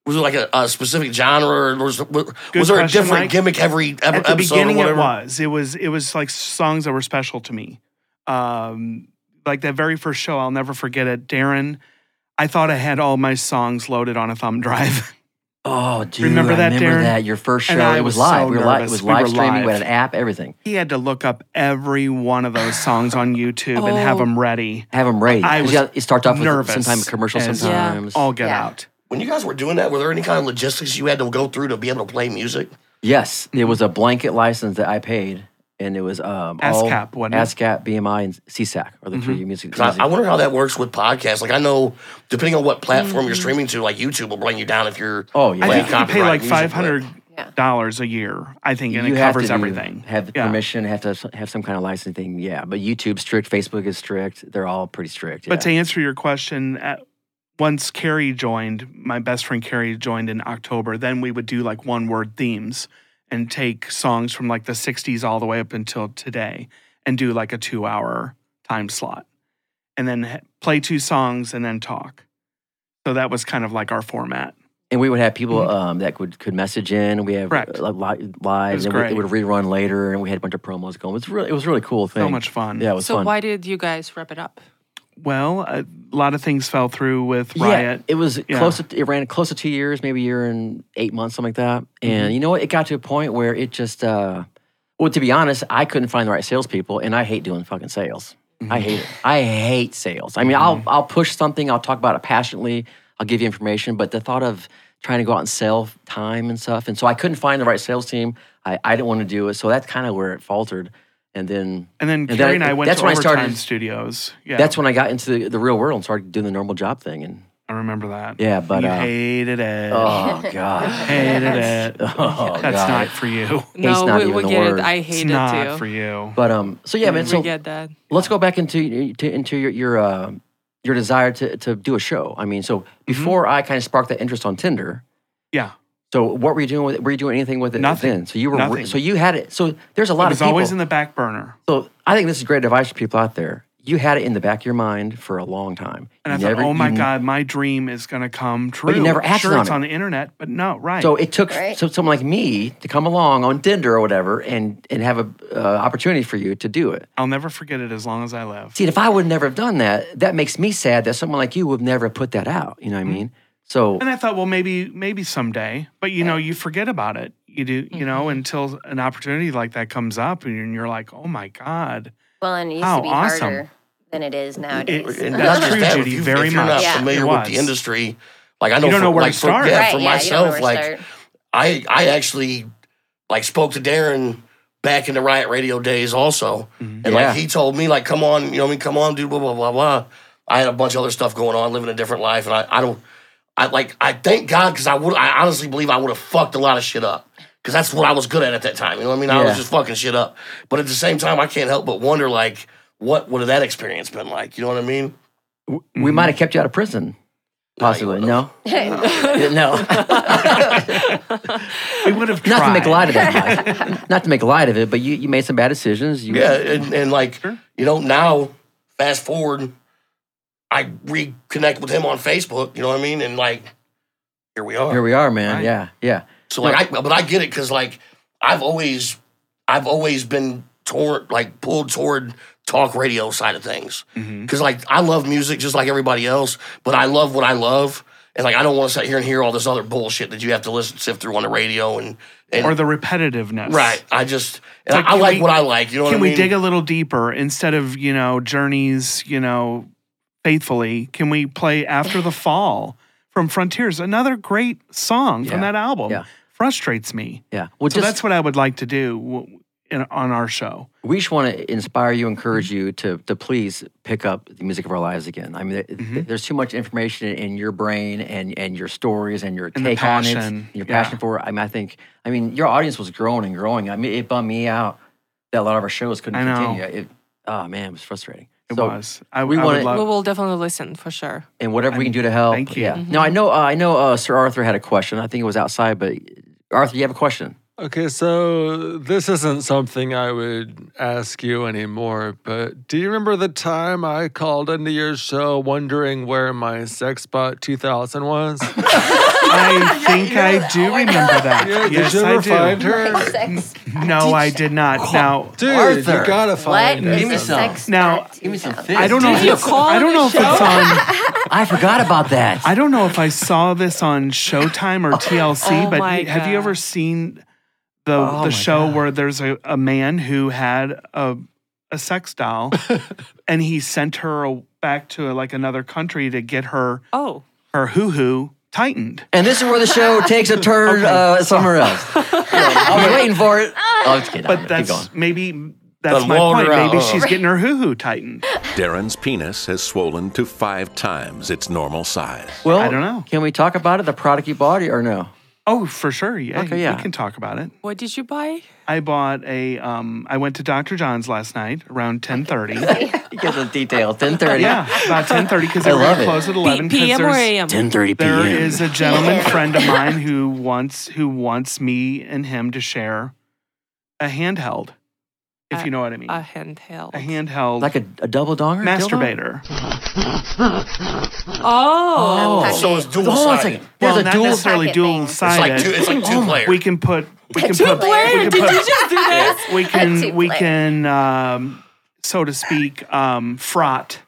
[SPEAKER 4] Was it like a, a specific genre, or was, was
[SPEAKER 5] Good
[SPEAKER 4] there a
[SPEAKER 5] question,
[SPEAKER 4] different
[SPEAKER 5] Mike.
[SPEAKER 4] gimmick every ep-
[SPEAKER 5] At the
[SPEAKER 4] episode or
[SPEAKER 5] beginning, it
[SPEAKER 4] whatever?
[SPEAKER 5] was. It was. It was like songs that were special to me. Um, like that very first show, I'll never forget it. Darren, I thought I had all my songs loaded on a thumb drive.
[SPEAKER 1] Oh, dude,
[SPEAKER 5] Remember
[SPEAKER 1] I
[SPEAKER 5] that,
[SPEAKER 1] remember
[SPEAKER 5] Darren?
[SPEAKER 1] that your first show.
[SPEAKER 5] And I
[SPEAKER 1] it was
[SPEAKER 5] was so
[SPEAKER 1] live. we were live. It
[SPEAKER 5] nervous.
[SPEAKER 1] was
[SPEAKER 5] We were
[SPEAKER 1] live streaming. We had
[SPEAKER 5] live.
[SPEAKER 1] an app. Everything.
[SPEAKER 5] he had to look up every one of those songs on YouTube and have
[SPEAKER 6] Oh.
[SPEAKER 5] them ready.
[SPEAKER 1] Have them ready.
[SPEAKER 5] I
[SPEAKER 1] 'Cause
[SPEAKER 5] was
[SPEAKER 1] you gotta- it starts off with
[SPEAKER 5] nervous
[SPEAKER 1] sometimes commercial,
[SPEAKER 5] as-
[SPEAKER 6] Yeah.
[SPEAKER 1] sometimes.
[SPEAKER 5] All get
[SPEAKER 2] Yeah.
[SPEAKER 5] out.
[SPEAKER 4] When you guys were doing that, were there any kind of logistics you had to go through to be able to play music?
[SPEAKER 1] Yes, it was a blanket license that I paid, and it was um, all
[SPEAKER 5] ASCAP, wasn't it? Mm-hmm.
[SPEAKER 1] ASCAP, BMI, and CSAC are the three music.
[SPEAKER 4] 'Cause
[SPEAKER 1] music-
[SPEAKER 4] I, I wonder how that works with podcasts. Like I know, depending on what platform
[SPEAKER 2] Mm-hmm.
[SPEAKER 4] you're streaming to, like YouTube will bring you down if you're.
[SPEAKER 1] Oh, yeah.
[SPEAKER 5] I
[SPEAKER 1] Well,
[SPEAKER 5] think you pay
[SPEAKER 4] copyright
[SPEAKER 5] like
[SPEAKER 4] music,
[SPEAKER 5] five hundred
[SPEAKER 2] Yeah.
[SPEAKER 5] dollars a year. I think, and it
[SPEAKER 1] have
[SPEAKER 5] covers
[SPEAKER 1] to do-
[SPEAKER 5] everything.
[SPEAKER 1] Have
[SPEAKER 5] Yeah.
[SPEAKER 1] permission, have to have some kind of licensing. Yeah, but YouTube's strict, Facebook is strict. They're all pretty strict.
[SPEAKER 5] But to
[SPEAKER 1] yeah.
[SPEAKER 5] answer your question, uh once Carrie joined, my best friend Carrie joined in October, then we would do like one word themes and take songs from like the 60s all the way up until today and do like a two hour time slot and then h- play two songs and then talk. So that was kind of like our format.
[SPEAKER 1] and we would have people um, that could could message in. We have
[SPEAKER 5] Mm-hmm. Correct.
[SPEAKER 1] uh, li-
[SPEAKER 5] It
[SPEAKER 1] live,
[SPEAKER 5] was
[SPEAKER 1] and we, it
[SPEAKER 5] great.
[SPEAKER 1] would rerun later, and we had a bunch of promos going. It was really, it was a really cool thing.
[SPEAKER 5] So much fun.
[SPEAKER 1] Yeah, it was
[SPEAKER 6] so
[SPEAKER 1] fun.
[SPEAKER 6] why did you guys wrap it up?
[SPEAKER 5] Well, a lot of things fell through with
[SPEAKER 1] Yeah,
[SPEAKER 5] Riot.
[SPEAKER 1] it was
[SPEAKER 5] Yeah.
[SPEAKER 1] close. To, it ran close to two years, maybe a year and eight months, something like that. And
[SPEAKER 5] Mm-hmm.
[SPEAKER 1] you know what? It got to a point where it just, uh, well, to be honest, I couldn't find the right salespeople, and I hate doing fucking sales.
[SPEAKER 5] Mm-hmm.
[SPEAKER 1] I hate it. I hate sales. I mean, I'll I'll push something. I'll talk about it passionately. I'll give you information, but the thought of trying to go out and sell time and stuff, and so I couldn't find the right sales team. I, I didn't want to do it, so that's kind of where it faltered. And then
[SPEAKER 5] And then
[SPEAKER 1] then
[SPEAKER 5] Carrie
[SPEAKER 1] I-
[SPEAKER 5] and I went
[SPEAKER 1] that's
[SPEAKER 5] to
[SPEAKER 1] when I
[SPEAKER 5] Overtime
[SPEAKER 1] started-
[SPEAKER 5] Studios. Yeah,
[SPEAKER 1] that's when I got into the, the real world and started doing the normal job thing. And
[SPEAKER 5] I remember that.
[SPEAKER 1] Yeah, but,
[SPEAKER 5] you
[SPEAKER 1] uh,
[SPEAKER 5] hated it.
[SPEAKER 1] oh god,
[SPEAKER 5] hated it.
[SPEAKER 1] oh
[SPEAKER 5] That's
[SPEAKER 1] god.
[SPEAKER 5] not for you.
[SPEAKER 1] Hate's not
[SPEAKER 6] no, we,
[SPEAKER 1] even
[SPEAKER 6] we
[SPEAKER 1] the
[SPEAKER 6] get
[SPEAKER 1] word.
[SPEAKER 6] it. I
[SPEAKER 5] It's
[SPEAKER 6] hate
[SPEAKER 5] not
[SPEAKER 6] it too.
[SPEAKER 5] for you.
[SPEAKER 1] But um, so yeah, man.
[SPEAKER 6] we
[SPEAKER 1] So
[SPEAKER 6] get that.
[SPEAKER 1] let's
[SPEAKER 5] uh,
[SPEAKER 1] go back into to, into your your uh, your desire to to do a show. I mean, so
[SPEAKER 5] Mm-hmm.
[SPEAKER 1] before I kind of sparked that interest on Tinder.
[SPEAKER 5] Yeah.
[SPEAKER 1] So what were you doing with it? Were you doing anything with it
[SPEAKER 5] Nothing.
[SPEAKER 1] then? So you were
[SPEAKER 5] Nothing.
[SPEAKER 1] so you had it. So there's a lot
[SPEAKER 5] It
[SPEAKER 1] of
[SPEAKER 5] was
[SPEAKER 1] people.
[SPEAKER 5] always in the back burner.
[SPEAKER 1] so I think this is great advice for people out there. You had it in the back of your mind for a long time,
[SPEAKER 5] And I
[SPEAKER 1] You never-
[SPEAKER 5] thought, oh my
[SPEAKER 1] you-
[SPEAKER 5] God, my dream is going to come true.
[SPEAKER 1] you never acted
[SPEAKER 5] sure,
[SPEAKER 1] on
[SPEAKER 5] it's
[SPEAKER 1] it.
[SPEAKER 5] on the internet, but no, right.
[SPEAKER 1] So it took
[SPEAKER 2] Right.
[SPEAKER 1] so someone like me to come along on Tinder or whatever, and and have a uh, opportunity for you to do it.
[SPEAKER 5] I'll never forget it as long as I live.
[SPEAKER 1] See, if I would never have done that, that makes me sad that someone like you would never put that out. You know what
[SPEAKER 5] Mm-hmm.
[SPEAKER 1] I mean? So
[SPEAKER 5] And I thought, well, maybe, maybe someday, but you know, you forget about it. You do, you know, until an opportunity like that comes up and you're- and you're like, oh my God.
[SPEAKER 2] Well, and it used
[SPEAKER 5] Oh,
[SPEAKER 2] to be
[SPEAKER 5] awesome.
[SPEAKER 2] harder than it is nowadays.
[SPEAKER 4] And
[SPEAKER 5] That's
[SPEAKER 4] not just
[SPEAKER 5] true,
[SPEAKER 4] that,
[SPEAKER 5] Judy,
[SPEAKER 4] If, you,
[SPEAKER 5] very
[SPEAKER 4] if you're not
[SPEAKER 5] much.
[SPEAKER 2] Yeah.
[SPEAKER 4] familiar
[SPEAKER 5] It
[SPEAKER 4] with the
[SPEAKER 5] was.
[SPEAKER 4] industry, like I know,
[SPEAKER 5] You don't
[SPEAKER 4] for,
[SPEAKER 5] know where to
[SPEAKER 4] like, for-
[SPEAKER 5] start.
[SPEAKER 4] yeah,
[SPEAKER 2] right,
[SPEAKER 4] for
[SPEAKER 2] yeah, you don't know
[SPEAKER 4] myself,
[SPEAKER 2] where
[SPEAKER 4] like
[SPEAKER 2] to start.
[SPEAKER 4] I I actually like spoke to Darren back in the Riot Radio days also, and
[SPEAKER 1] Yeah.
[SPEAKER 4] like he told me like come on you know what I mean come on dude blah blah blah blah. I had a bunch of other stuff going on, living a different life, and I, I don't I like I thank God because I would I honestly believe I would have fucked a lot of shit up because that's what I was good at at that time. You know what I mean? I
[SPEAKER 1] Yeah.
[SPEAKER 4] was just fucking shit up, but at the same time I can't help but wonder like what would have that experience been like? You know what I mean?
[SPEAKER 5] Mm-hmm.
[SPEAKER 1] we might have kept you out of prison. Possibly. No.
[SPEAKER 2] That's
[SPEAKER 1] No.
[SPEAKER 5] We would have tried.
[SPEAKER 1] Not to make light of that. Not to make light of it, but you, you made some bad decisions. You,
[SPEAKER 4] Yeah, and, and like you know now, fast forward, I reconnect with him on Facebook. You know what I mean? And like, here we are.
[SPEAKER 1] Here we are, man.
[SPEAKER 5] Right.
[SPEAKER 1] Yeah. Yeah.
[SPEAKER 4] so like, I, but I get it because like I've always, I've always been toward like pulled toward talk radio side of things
[SPEAKER 5] Mhm.
[SPEAKER 4] because like I love music just like everybody else, but I love what I love. And like I don't want to sit here and hear all this other bullshit that you have to listen sift through on the radio and, and
[SPEAKER 5] Or the repetitiveness.
[SPEAKER 4] right. I just and
[SPEAKER 5] Like,
[SPEAKER 4] I, I
[SPEAKER 5] can
[SPEAKER 4] like
[SPEAKER 5] we-
[SPEAKER 4] what I like. You know
[SPEAKER 5] Can
[SPEAKER 4] what I mean?
[SPEAKER 5] we dig a little deeper instead of, you know, journeys, you know, faithfully? Can we play After the Fall from Frontiers? Another great song from
[SPEAKER 1] Yeah.
[SPEAKER 5] that album.
[SPEAKER 1] Yeah.
[SPEAKER 5] Frustrates me.
[SPEAKER 1] Yeah. Well,
[SPEAKER 5] So
[SPEAKER 1] just
[SPEAKER 5] that's what I would like to do w- in, on our show.
[SPEAKER 1] we just want to inspire you, encourage you to to please pick up the music of our lives again. I mean, th- th-
[SPEAKER 5] Mm-hmm.
[SPEAKER 1] there's too much information in your brain and and your stories and your
[SPEAKER 5] And the
[SPEAKER 1] take on it,
[SPEAKER 5] passion.
[SPEAKER 1] and your
[SPEAKER 5] Yeah.
[SPEAKER 1] passion for it. I mean, I think I mean your audience was growing and growing. I mean, it bummed me out that a lot of our shows couldn't
[SPEAKER 5] I know.
[SPEAKER 1] continue. It, oh man, it was frustrating.
[SPEAKER 5] It
[SPEAKER 1] So-
[SPEAKER 5] was. I,
[SPEAKER 1] we wanna-
[SPEAKER 5] I would
[SPEAKER 6] We
[SPEAKER 5] love.
[SPEAKER 6] will definitely listen for sure.
[SPEAKER 1] and whatever we can do to help.
[SPEAKER 5] thank
[SPEAKER 1] Yeah.
[SPEAKER 5] you.
[SPEAKER 1] No, I know. Uh, I know. Uh, Sir Arthur had a question. I think it was outside, but Arthur, you have a question.
[SPEAKER 7] Okay, so this isn't something I would ask you anymore, but do you remember the time I called into your show wondering where my Sexbot 2000 was?
[SPEAKER 5] I think I do remember that.
[SPEAKER 7] Yeah,
[SPEAKER 5] yes,
[SPEAKER 7] did you
[SPEAKER 5] I
[SPEAKER 7] ever
[SPEAKER 5] do.
[SPEAKER 7] find her?
[SPEAKER 2] sex.
[SPEAKER 5] No, I did not. Now,
[SPEAKER 7] Dude,
[SPEAKER 1] Arthur.
[SPEAKER 7] you gotta
[SPEAKER 2] What
[SPEAKER 7] find
[SPEAKER 2] is
[SPEAKER 1] me
[SPEAKER 2] a
[SPEAKER 1] some.
[SPEAKER 2] sex?
[SPEAKER 5] Now,
[SPEAKER 2] bot?
[SPEAKER 1] Give me some
[SPEAKER 2] No.
[SPEAKER 1] fish.
[SPEAKER 5] I don't know. If
[SPEAKER 6] you
[SPEAKER 5] it's,
[SPEAKER 6] call
[SPEAKER 5] I don't
[SPEAKER 6] the
[SPEAKER 5] know if it's on.
[SPEAKER 1] I forgot about that.
[SPEAKER 5] I don't know if I saw this on Showtime or TLC.
[SPEAKER 6] Oh
[SPEAKER 5] but
[SPEAKER 6] my
[SPEAKER 5] have you
[SPEAKER 6] God.
[SPEAKER 5] ever seen the
[SPEAKER 1] Oh my
[SPEAKER 5] the show where there's a, a man who had a a sex doll, and he sent her a, back to like another country to get her
[SPEAKER 6] Oh,
[SPEAKER 5] her hoo hoo tightened.
[SPEAKER 1] And this is where the show takes a turn uh, somewhere else. I was waiting for it. Oh, it's kidding.
[SPEAKER 5] But
[SPEAKER 1] Keep going. uh,
[SPEAKER 5] that's maybe that's
[SPEAKER 4] Done
[SPEAKER 5] my
[SPEAKER 4] logged
[SPEAKER 5] point.
[SPEAKER 4] her out,
[SPEAKER 5] Maybe
[SPEAKER 4] huh?
[SPEAKER 5] she's getting her hoo hoo tightened.
[SPEAKER 9] Darren's penis has swollen to five times its normal size.
[SPEAKER 1] Well,
[SPEAKER 5] I don't know.
[SPEAKER 1] Can we talk about it? The product you bought, or no?
[SPEAKER 5] Oh, for sure. Yeah,
[SPEAKER 1] Okay, yeah.
[SPEAKER 5] we can talk about it.
[SPEAKER 6] what did you buy?
[SPEAKER 5] I bought a. Um, I went to Dr. John's last night around ten thirty.
[SPEAKER 1] You get the details. Ten thirty.
[SPEAKER 5] yeah, about ten thirty because they
[SPEAKER 1] I
[SPEAKER 5] were
[SPEAKER 1] love
[SPEAKER 5] gonna
[SPEAKER 1] it.
[SPEAKER 5] close at eleven. 'cause
[SPEAKER 6] PM or
[SPEAKER 5] there's-
[SPEAKER 6] AM?
[SPEAKER 1] Ten thirty p.m.
[SPEAKER 5] There is a gentleman friend of mine who wants who wants me and him to share a handheld, if
[SPEAKER 6] Uh,
[SPEAKER 5] you know what I mean.
[SPEAKER 6] A
[SPEAKER 5] A
[SPEAKER 6] handheld.
[SPEAKER 5] handheld
[SPEAKER 1] like a, a double donger. dildo?
[SPEAKER 5] masturbator.
[SPEAKER 6] Oh.
[SPEAKER 2] Oh.
[SPEAKER 4] so it's dual
[SPEAKER 1] Hold on a
[SPEAKER 4] sided.
[SPEAKER 1] second. There's
[SPEAKER 5] Well,
[SPEAKER 1] a
[SPEAKER 5] not
[SPEAKER 1] dual.
[SPEAKER 5] necessarily
[SPEAKER 2] Pocket
[SPEAKER 5] dual
[SPEAKER 2] thing. It's
[SPEAKER 4] It's like two.
[SPEAKER 5] sided.
[SPEAKER 4] It's like two player.
[SPEAKER 5] We can put we can
[SPEAKER 2] Two
[SPEAKER 5] put
[SPEAKER 2] player?
[SPEAKER 5] we can
[SPEAKER 6] Did
[SPEAKER 5] put
[SPEAKER 6] you just do this?
[SPEAKER 5] we
[SPEAKER 2] two
[SPEAKER 5] can we
[SPEAKER 2] player.
[SPEAKER 5] can um, so to speak um, fraught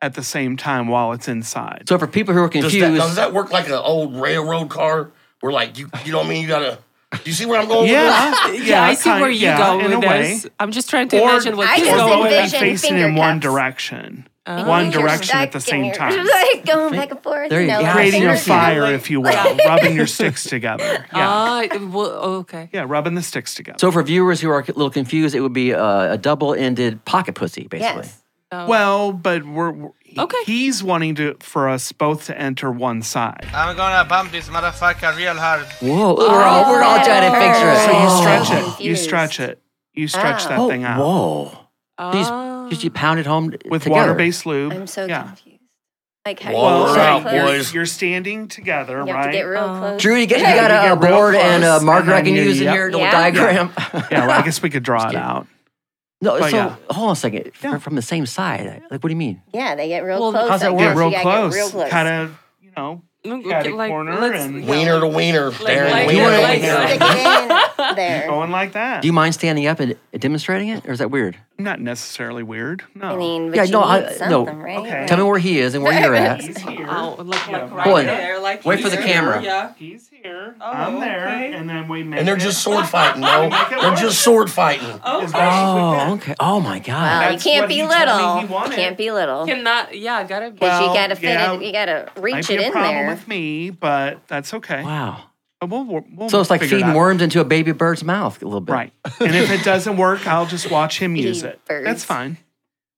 [SPEAKER 5] at the same time while it's inside.
[SPEAKER 1] So for people who are
[SPEAKER 4] Does
[SPEAKER 1] confused,
[SPEAKER 4] that, now, does that work like an old railroad car where like you you know what I mean? You gotta you see where I'm going? with this?
[SPEAKER 5] yeah,
[SPEAKER 6] Yeah, I see
[SPEAKER 5] kind-
[SPEAKER 6] where you
[SPEAKER 5] yeah,
[SPEAKER 6] go
[SPEAKER 5] in a
[SPEAKER 6] with
[SPEAKER 5] way.
[SPEAKER 6] this. I'm just trying to
[SPEAKER 5] Or-
[SPEAKER 6] imagine what
[SPEAKER 2] I
[SPEAKER 6] he's
[SPEAKER 2] just
[SPEAKER 5] Or
[SPEAKER 6] going
[SPEAKER 5] both
[SPEAKER 6] with.
[SPEAKER 5] be
[SPEAKER 2] envision
[SPEAKER 5] facing in one
[SPEAKER 2] fingercuffs.
[SPEAKER 5] direction,
[SPEAKER 6] Oh.
[SPEAKER 5] one
[SPEAKER 2] You're
[SPEAKER 5] direction at
[SPEAKER 2] stuck
[SPEAKER 5] the
[SPEAKER 2] and
[SPEAKER 5] same
[SPEAKER 2] you're
[SPEAKER 5] time.
[SPEAKER 2] Like going back and forth.
[SPEAKER 1] There you
[SPEAKER 2] no,
[SPEAKER 1] go.
[SPEAKER 2] like
[SPEAKER 5] Creating a
[SPEAKER 2] fingers
[SPEAKER 5] fire,
[SPEAKER 2] going.
[SPEAKER 5] if you will, rubbing your sticks together. Yeah,
[SPEAKER 2] Oh.
[SPEAKER 6] Ah, it- well, okay.
[SPEAKER 5] yeah, rubbing the sticks together.
[SPEAKER 1] so for viewers who are a little confused, it would be uh, a double-ended pocket pussy, basically.
[SPEAKER 2] Yes.
[SPEAKER 5] well, but we're, we're- he-
[SPEAKER 6] Okay.
[SPEAKER 5] He's wanting to for us both to enter one side.
[SPEAKER 10] I'm gonna bump this motherfucker real hard.
[SPEAKER 1] Whoa, we're all we're all trying to picture it.
[SPEAKER 5] So you
[SPEAKER 2] Oh.
[SPEAKER 5] stretch it. You
[SPEAKER 2] Confused. Ah.
[SPEAKER 5] stretch it. You stretch that
[SPEAKER 1] Oh,
[SPEAKER 5] thing out
[SPEAKER 1] Whoa.
[SPEAKER 6] Ah.
[SPEAKER 1] These, just you pound it home t-
[SPEAKER 5] with
[SPEAKER 1] together.
[SPEAKER 5] water-based lube.
[SPEAKER 2] I'm so
[SPEAKER 5] yeah.
[SPEAKER 2] confused. Like how do
[SPEAKER 4] Well,
[SPEAKER 2] you
[SPEAKER 5] Well,
[SPEAKER 4] We're
[SPEAKER 2] get
[SPEAKER 4] out,
[SPEAKER 2] close?
[SPEAKER 5] you're,
[SPEAKER 4] boys.
[SPEAKER 5] you're standing together,
[SPEAKER 2] You have to
[SPEAKER 5] right?
[SPEAKER 2] get real close.
[SPEAKER 1] Drew, you, get, you got a,
[SPEAKER 5] you
[SPEAKER 1] a
[SPEAKER 5] get real
[SPEAKER 1] board and a
[SPEAKER 5] close,
[SPEAKER 1] marker
[SPEAKER 5] and
[SPEAKER 1] I can
[SPEAKER 5] then you-
[SPEAKER 1] use in
[SPEAKER 5] yep.
[SPEAKER 1] here, a little
[SPEAKER 2] Yeah.
[SPEAKER 1] diagram.
[SPEAKER 5] yeah, well, I guess we could draw it out.
[SPEAKER 1] no, so
[SPEAKER 5] But Oh, yeah.
[SPEAKER 1] hold on a second. From-
[SPEAKER 5] Yeah.
[SPEAKER 1] From the same side, like what do you mean?
[SPEAKER 2] Yeah, they get real
[SPEAKER 6] Well,
[SPEAKER 2] close.
[SPEAKER 6] how's
[SPEAKER 2] like
[SPEAKER 5] Get
[SPEAKER 2] this,
[SPEAKER 5] real
[SPEAKER 2] you gotta
[SPEAKER 5] close.
[SPEAKER 2] Get real close.
[SPEAKER 5] Kind of, you know, got a corner and
[SPEAKER 4] Wiener to wiener. Darren
[SPEAKER 6] like-
[SPEAKER 4] Wiener to
[SPEAKER 6] like-
[SPEAKER 4] wiener.
[SPEAKER 2] Stick it in there.
[SPEAKER 5] going like that.
[SPEAKER 1] Do you mind standing up and demonstrating it, or is that weird?
[SPEAKER 5] Not necessarily weird. No.
[SPEAKER 2] I mean, but
[SPEAKER 1] Yeah,
[SPEAKER 2] you
[SPEAKER 1] no, I-
[SPEAKER 2] need
[SPEAKER 1] no.
[SPEAKER 2] something, right? uh,
[SPEAKER 5] Okay.
[SPEAKER 1] Tell me where he is and where you're at.
[SPEAKER 5] He's here.
[SPEAKER 6] Oh, look like right
[SPEAKER 1] Hold on.
[SPEAKER 6] there. Like
[SPEAKER 1] Wait for the
[SPEAKER 6] here.
[SPEAKER 1] camera.
[SPEAKER 6] Yeah.
[SPEAKER 5] He's here.
[SPEAKER 1] Oh,
[SPEAKER 5] I'm there.
[SPEAKER 6] okay.
[SPEAKER 5] And then we make
[SPEAKER 4] And they're
[SPEAKER 5] it-
[SPEAKER 4] just sword fighting, no? They're just sword fighting.
[SPEAKER 5] as best as we
[SPEAKER 1] Oh,
[SPEAKER 5] can.
[SPEAKER 1] okay. Oh my
[SPEAKER 2] Well,
[SPEAKER 1] god.
[SPEAKER 2] you
[SPEAKER 5] That's
[SPEAKER 2] can't
[SPEAKER 5] what
[SPEAKER 2] be
[SPEAKER 5] he told me
[SPEAKER 2] little.
[SPEAKER 5] he
[SPEAKER 2] You
[SPEAKER 5] wanted.
[SPEAKER 2] can't be little. Because
[SPEAKER 6] Cannot. Yeah, gotta be.
[SPEAKER 5] Well,
[SPEAKER 2] you gotta fit
[SPEAKER 5] yeah,
[SPEAKER 2] it. You gotta
[SPEAKER 5] Might
[SPEAKER 2] reach
[SPEAKER 5] be
[SPEAKER 2] it
[SPEAKER 5] a
[SPEAKER 2] in
[SPEAKER 5] problem
[SPEAKER 2] there.
[SPEAKER 5] with me, but that's okay.
[SPEAKER 1] Wow.
[SPEAKER 5] But we'll, we'll, we'll
[SPEAKER 1] So it's like
[SPEAKER 5] figure it
[SPEAKER 1] feeding
[SPEAKER 5] out.
[SPEAKER 1] worms into a baby bird's mouth a little bit.
[SPEAKER 5] Right. And if it doesn't work, I'll just watch him use
[SPEAKER 2] Feed
[SPEAKER 5] it.
[SPEAKER 2] birds.
[SPEAKER 5] That's fine.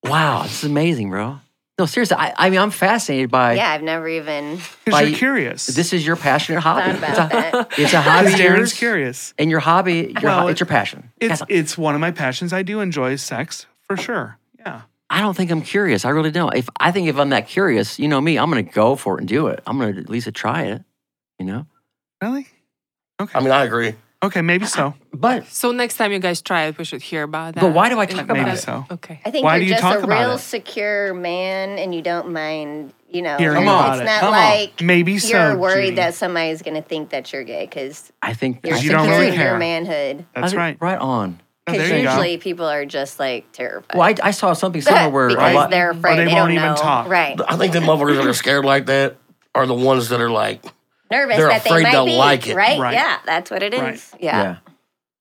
[SPEAKER 1] Wow, this is amazing, bro. No, seriously, I, I mean, I'm fascinated by
[SPEAKER 2] Yeah, I've never even
[SPEAKER 1] By-
[SPEAKER 5] Because you're curious.
[SPEAKER 1] this. Is your passionate hobby?
[SPEAKER 2] thought
[SPEAKER 1] It's a,
[SPEAKER 2] about that.
[SPEAKER 1] it's a hobby.
[SPEAKER 5] Because
[SPEAKER 1] of
[SPEAKER 5] Darren's
[SPEAKER 1] yours,
[SPEAKER 5] curious.
[SPEAKER 1] And your hobby, your,
[SPEAKER 5] Well,
[SPEAKER 1] ho- it's your passion.
[SPEAKER 5] It's
[SPEAKER 1] That's-
[SPEAKER 5] it's one of my passions. I do enjoy sex for sure. Yeah.
[SPEAKER 1] I don't think I'm curious. I really don't. If I think if I'm that curious, you know me, I'm gonna go for it and do it. I'm gonna at least try it. You know.
[SPEAKER 5] Really? Okay.
[SPEAKER 4] I mean, I agree.
[SPEAKER 5] okay, maybe so.
[SPEAKER 1] But
[SPEAKER 6] So next time you guys try it, we should hear about that.
[SPEAKER 1] But why do I talk
[SPEAKER 6] And-
[SPEAKER 1] about
[SPEAKER 5] Maybe
[SPEAKER 1] it?
[SPEAKER 5] so.
[SPEAKER 6] Okay.
[SPEAKER 2] I think
[SPEAKER 5] Why
[SPEAKER 2] you're
[SPEAKER 5] do you
[SPEAKER 2] just
[SPEAKER 5] talk
[SPEAKER 2] a
[SPEAKER 5] about
[SPEAKER 2] real
[SPEAKER 5] it?
[SPEAKER 2] secure man and you don't mind, you know.
[SPEAKER 5] Hearing
[SPEAKER 2] you're-
[SPEAKER 5] about
[SPEAKER 2] it's
[SPEAKER 5] it.
[SPEAKER 2] not
[SPEAKER 1] Come on.
[SPEAKER 2] like
[SPEAKER 5] Maybe
[SPEAKER 2] you're
[SPEAKER 5] so.
[SPEAKER 2] worried
[SPEAKER 5] Judy.
[SPEAKER 2] that somebody's going to think that you're gay because
[SPEAKER 1] I think
[SPEAKER 2] you're
[SPEAKER 1] I
[SPEAKER 5] you
[SPEAKER 1] think
[SPEAKER 5] don't
[SPEAKER 2] securing
[SPEAKER 5] really
[SPEAKER 2] your
[SPEAKER 5] care.
[SPEAKER 2] manhood.
[SPEAKER 5] That's
[SPEAKER 1] I-
[SPEAKER 5] right.
[SPEAKER 1] Right on.
[SPEAKER 5] Oh,
[SPEAKER 2] Because
[SPEAKER 5] there you go.
[SPEAKER 2] usually people are just like terrified.
[SPEAKER 1] Well, I, I saw something somewhere where a
[SPEAKER 2] because
[SPEAKER 1] lot-
[SPEAKER 2] they're afraid.
[SPEAKER 5] they
[SPEAKER 2] they,
[SPEAKER 5] won't
[SPEAKER 2] don't
[SPEAKER 5] even
[SPEAKER 2] know.
[SPEAKER 5] talk.
[SPEAKER 2] Right.
[SPEAKER 4] I think the motherfuckers that are scared like that are the ones that are like,
[SPEAKER 2] Nervous
[SPEAKER 4] they're
[SPEAKER 2] that they
[SPEAKER 4] afraid
[SPEAKER 2] might
[SPEAKER 4] they'll
[SPEAKER 2] be.
[SPEAKER 4] like it.
[SPEAKER 2] Right?
[SPEAKER 5] Right.
[SPEAKER 2] Yeah. That's what it is.
[SPEAKER 5] Right.
[SPEAKER 2] Yeah.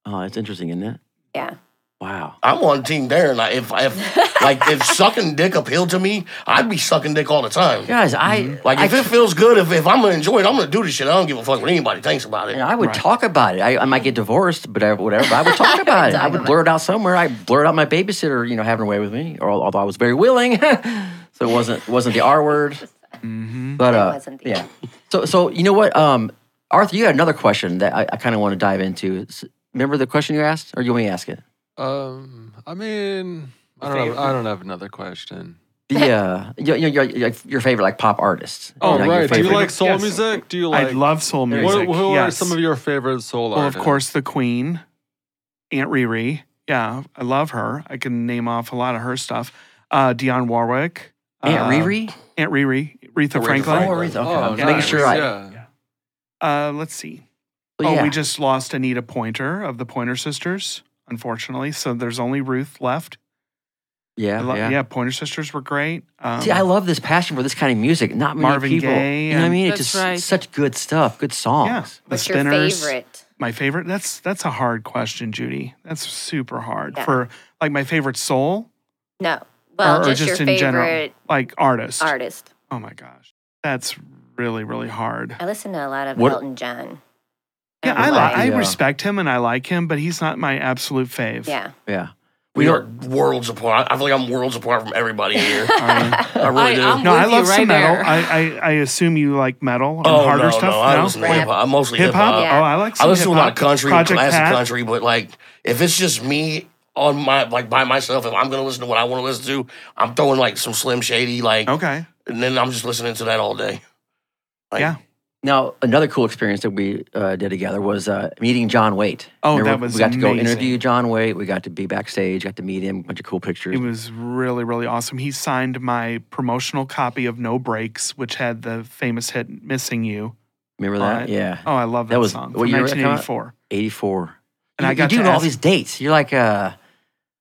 [SPEAKER 1] Oh, that's interesting, isn't it?
[SPEAKER 2] Yeah.
[SPEAKER 1] Wow.
[SPEAKER 4] I'm on Team Darren. I- If if like if sucking dick appealed to me, I'd be sucking dick all the time.
[SPEAKER 1] Guys, I
[SPEAKER 5] Mm-hmm.
[SPEAKER 4] Like
[SPEAKER 1] I,
[SPEAKER 4] if it feels good, if, if I'm gonna enjoy it, I'm gonna do this shit. I don't give a fuck what anybody thinks about it.
[SPEAKER 1] I would
[SPEAKER 5] Right.
[SPEAKER 1] talk about it. I, I might get divorced, but I, whatever. But I would talk about it. I would blurt it out somewhere. I blurt out my babysitter, you know, having away with me. Or although I was very willing, so it wasn't wasn't the R word. But uh,
[SPEAKER 2] wasn't the-
[SPEAKER 1] yeah. So so you know what, um, Arthur, you had another question that I, I kind of want to dive into. S- Remember the question you asked, or you want me to ask it?
[SPEAKER 7] Um, I mean, I don't. Have, I don't have another question.
[SPEAKER 1] The uh, your, your, your, your favorite like pop artist.
[SPEAKER 7] Oh
[SPEAKER 1] You know, your
[SPEAKER 7] right. Do you
[SPEAKER 1] favorite-
[SPEAKER 7] like soul
[SPEAKER 5] Yes.
[SPEAKER 7] music? Do you like?
[SPEAKER 5] I love soul
[SPEAKER 7] What-
[SPEAKER 5] music.
[SPEAKER 7] who
[SPEAKER 5] yes.
[SPEAKER 7] are some of your favorite soul
[SPEAKER 5] Well, of
[SPEAKER 7] artists?
[SPEAKER 5] course, the Queen, Aunt Riri. Yeah, I love her. I can name off a lot of her stuff. Uh, Dionne Warwick,
[SPEAKER 1] Aunt
[SPEAKER 5] uh,
[SPEAKER 1] Riri?
[SPEAKER 5] Aunt Riri, Aretha Franklin.
[SPEAKER 1] Franklin. Oh, Aretha, okay.
[SPEAKER 7] Oh,
[SPEAKER 1] I'm making sure
[SPEAKER 7] nice,
[SPEAKER 1] I-
[SPEAKER 7] yeah.
[SPEAKER 5] Uh, let's see.
[SPEAKER 1] Well,
[SPEAKER 5] oh,
[SPEAKER 1] yeah.
[SPEAKER 5] we just lost Anita Pointer of the Pointer Sisters, unfortunately. So there's only Ruth left. I
[SPEAKER 1] yeah,
[SPEAKER 5] lo-
[SPEAKER 1] Oh, yeah.
[SPEAKER 5] Pointer Sisters were great. Um,
[SPEAKER 1] See, I love this passion for this kind of music. Not many
[SPEAKER 5] Marvin
[SPEAKER 1] people.
[SPEAKER 5] Gaye
[SPEAKER 1] you know what I
[SPEAKER 5] and-
[SPEAKER 1] mean? It's
[SPEAKER 6] That's
[SPEAKER 1] just
[SPEAKER 6] right.
[SPEAKER 1] such good stuff, good
[SPEAKER 5] yeah,
[SPEAKER 1] songs.
[SPEAKER 5] the
[SPEAKER 2] What's
[SPEAKER 5] Spinners.
[SPEAKER 2] your favorite?
[SPEAKER 5] My favorite. That's that's a hard question, Judy. That's super hard
[SPEAKER 2] Yeah.
[SPEAKER 5] for like my favorite soul
[SPEAKER 2] No. Well,
[SPEAKER 5] or, or
[SPEAKER 2] just, your favorite
[SPEAKER 5] general, like artist.
[SPEAKER 2] artist.
[SPEAKER 5] Oh my gosh, that's really really hard.
[SPEAKER 2] I listen to a lot of
[SPEAKER 1] What-
[SPEAKER 2] Elton John.
[SPEAKER 5] Yeah, I
[SPEAKER 2] don't
[SPEAKER 5] like. I
[SPEAKER 1] Yeah.
[SPEAKER 5] respect him and I like him, but he's not my absolute fave.
[SPEAKER 2] Yeah.
[SPEAKER 1] Yeah.
[SPEAKER 4] We are worlds apart. I feel like I'm worlds apart from everybody in here.
[SPEAKER 5] I-
[SPEAKER 4] I really
[SPEAKER 6] I-
[SPEAKER 4] do.
[SPEAKER 6] I'm
[SPEAKER 5] no, I
[SPEAKER 6] with you
[SPEAKER 5] love
[SPEAKER 6] right
[SPEAKER 5] some metal.
[SPEAKER 6] there.
[SPEAKER 5] I, I I assume you like metal and
[SPEAKER 4] oh
[SPEAKER 5] harder
[SPEAKER 4] no,
[SPEAKER 5] stuff.
[SPEAKER 4] no, I listen to hip hop. I'm mostly
[SPEAKER 5] Hip
[SPEAKER 4] hip
[SPEAKER 5] hop.
[SPEAKER 4] hop.
[SPEAKER 2] Yeah.
[SPEAKER 5] Oh, I like.
[SPEAKER 4] I
[SPEAKER 5] Some
[SPEAKER 4] listen to a lot of
[SPEAKER 5] hip-hop.
[SPEAKER 4] country,
[SPEAKER 5] Project
[SPEAKER 4] classic
[SPEAKER 5] Pat.
[SPEAKER 4] country, but like if it's just me on my like by myself, if I'm gonna listen to what I want to listen to, I'm throwing like some Slim Shady, like,
[SPEAKER 5] Okay.
[SPEAKER 4] and then I'm just listening to that all day. Like,
[SPEAKER 5] Yeah.
[SPEAKER 1] Now, another cool experience that we uh, did together was uh, meeting John Waite.
[SPEAKER 5] Oh,
[SPEAKER 1] Remember,
[SPEAKER 5] that was
[SPEAKER 1] We got to go
[SPEAKER 5] amazing.
[SPEAKER 1] interview John Waite. We got to be backstage, got to meet him, bunch of cool pictures.
[SPEAKER 5] It was really, really awesome. He signed my promotional copy of No Breaks, which had the famous hit Missing You.
[SPEAKER 1] Remember that?
[SPEAKER 5] on it.
[SPEAKER 1] yeah.
[SPEAKER 5] Oh, I love that,
[SPEAKER 1] That was-
[SPEAKER 5] song.
[SPEAKER 1] what
[SPEAKER 5] from
[SPEAKER 1] year did that come out?
[SPEAKER 5] 1984.
[SPEAKER 1] 84.
[SPEAKER 5] And
[SPEAKER 1] you,
[SPEAKER 5] I
[SPEAKER 1] you
[SPEAKER 5] got
[SPEAKER 1] do
[SPEAKER 5] to
[SPEAKER 1] know all
[SPEAKER 5] ask-
[SPEAKER 1] these dates. You're like uh,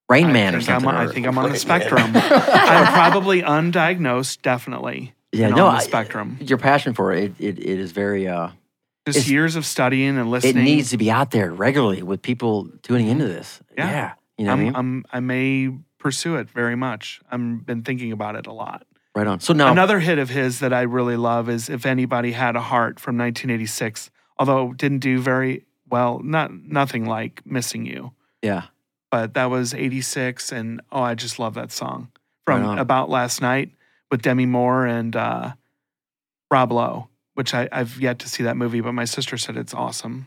[SPEAKER 1] Rain Man
[SPEAKER 5] I
[SPEAKER 1] or
[SPEAKER 5] think, I'm,
[SPEAKER 1] something.
[SPEAKER 5] on- I
[SPEAKER 1] or-
[SPEAKER 5] think I'm on the
[SPEAKER 4] Wait,
[SPEAKER 5] spectrum. I'm probably undiagnosed, definitely.
[SPEAKER 1] Yeah,
[SPEAKER 5] and
[SPEAKER 1] no,
[SPEAKER 5] on the
[SPEAKER 1] I-
[SPEAKER 5] spectrum.
[SPEAKER 1] your passion for it, it, it is very, uh,
[SPEAKER 5] Just
[SPEAKER 1] it's-
[SPEAKER 5] years of studying and
[SPEAKER 1] it
[SPEAKER 5] listening.
[SPEAKER 1] needs to be out there regularly with people tuning into this.
[SPEAKER 5] Yeah.
[SPEAKER 1] You know what I mean?
[SPEAKER 5] I'm, I'm, I may pursue it very much. I've been thinking about it a lot.
[SPEAKER 1] right on. So now,
[SPEAKER 5] Another hit of his that I really love is "If Anybody Had a Heart" from 1986, although it didn't do very well. Not nothing like "Missing You,"
[SPEAKER 1] yeah.
[SPEAKER 5] but that was '86, and oh, I just love that song from
[SPEAKER 1] Right on.
[SPEAKER 5] "About Last Night" with Demi Moore and uh, Rob Lowe, which I, I've yet to see that movie, but my sister said it's awesome.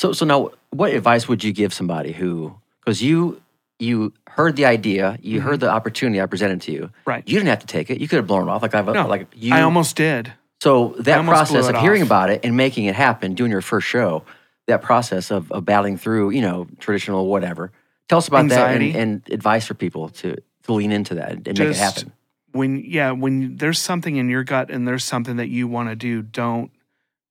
[SPEAKER 1] So so now what advice would you give somebody who cuz you you heard the idea, you heard the opportunity I presented to you.
[SPEAKER 5] Mm-hmm. Right.
[SPEAKER 1] You didn't have to take it. You could have blown it off like I've
[SPEAKER 5] No,
[SPEAKER 1] like you
[SPEAKER 5] I almost did.
[SPEAKER 1] So that
[SPEAKER 5] almost blew
[SPEAKER 1] process
[SPEAKER 5] it
[SPEAKER 1] of hearing
[SPEAKER 5] off.
[SPEAKER 1] about it and making it happen, doing your first show, that process of, of battling through, you know, traditional whatever. Tell us about
[SPEAKER 5] Anxiety.
[SPEAKER 1] that and, and advice for people to to lean into that and make it
[SPEAKER 5] Just-
[SPEAKER 1] happen.
[SPEAKER 5] when yeah when there's something in your gut and there's something that you want to do don't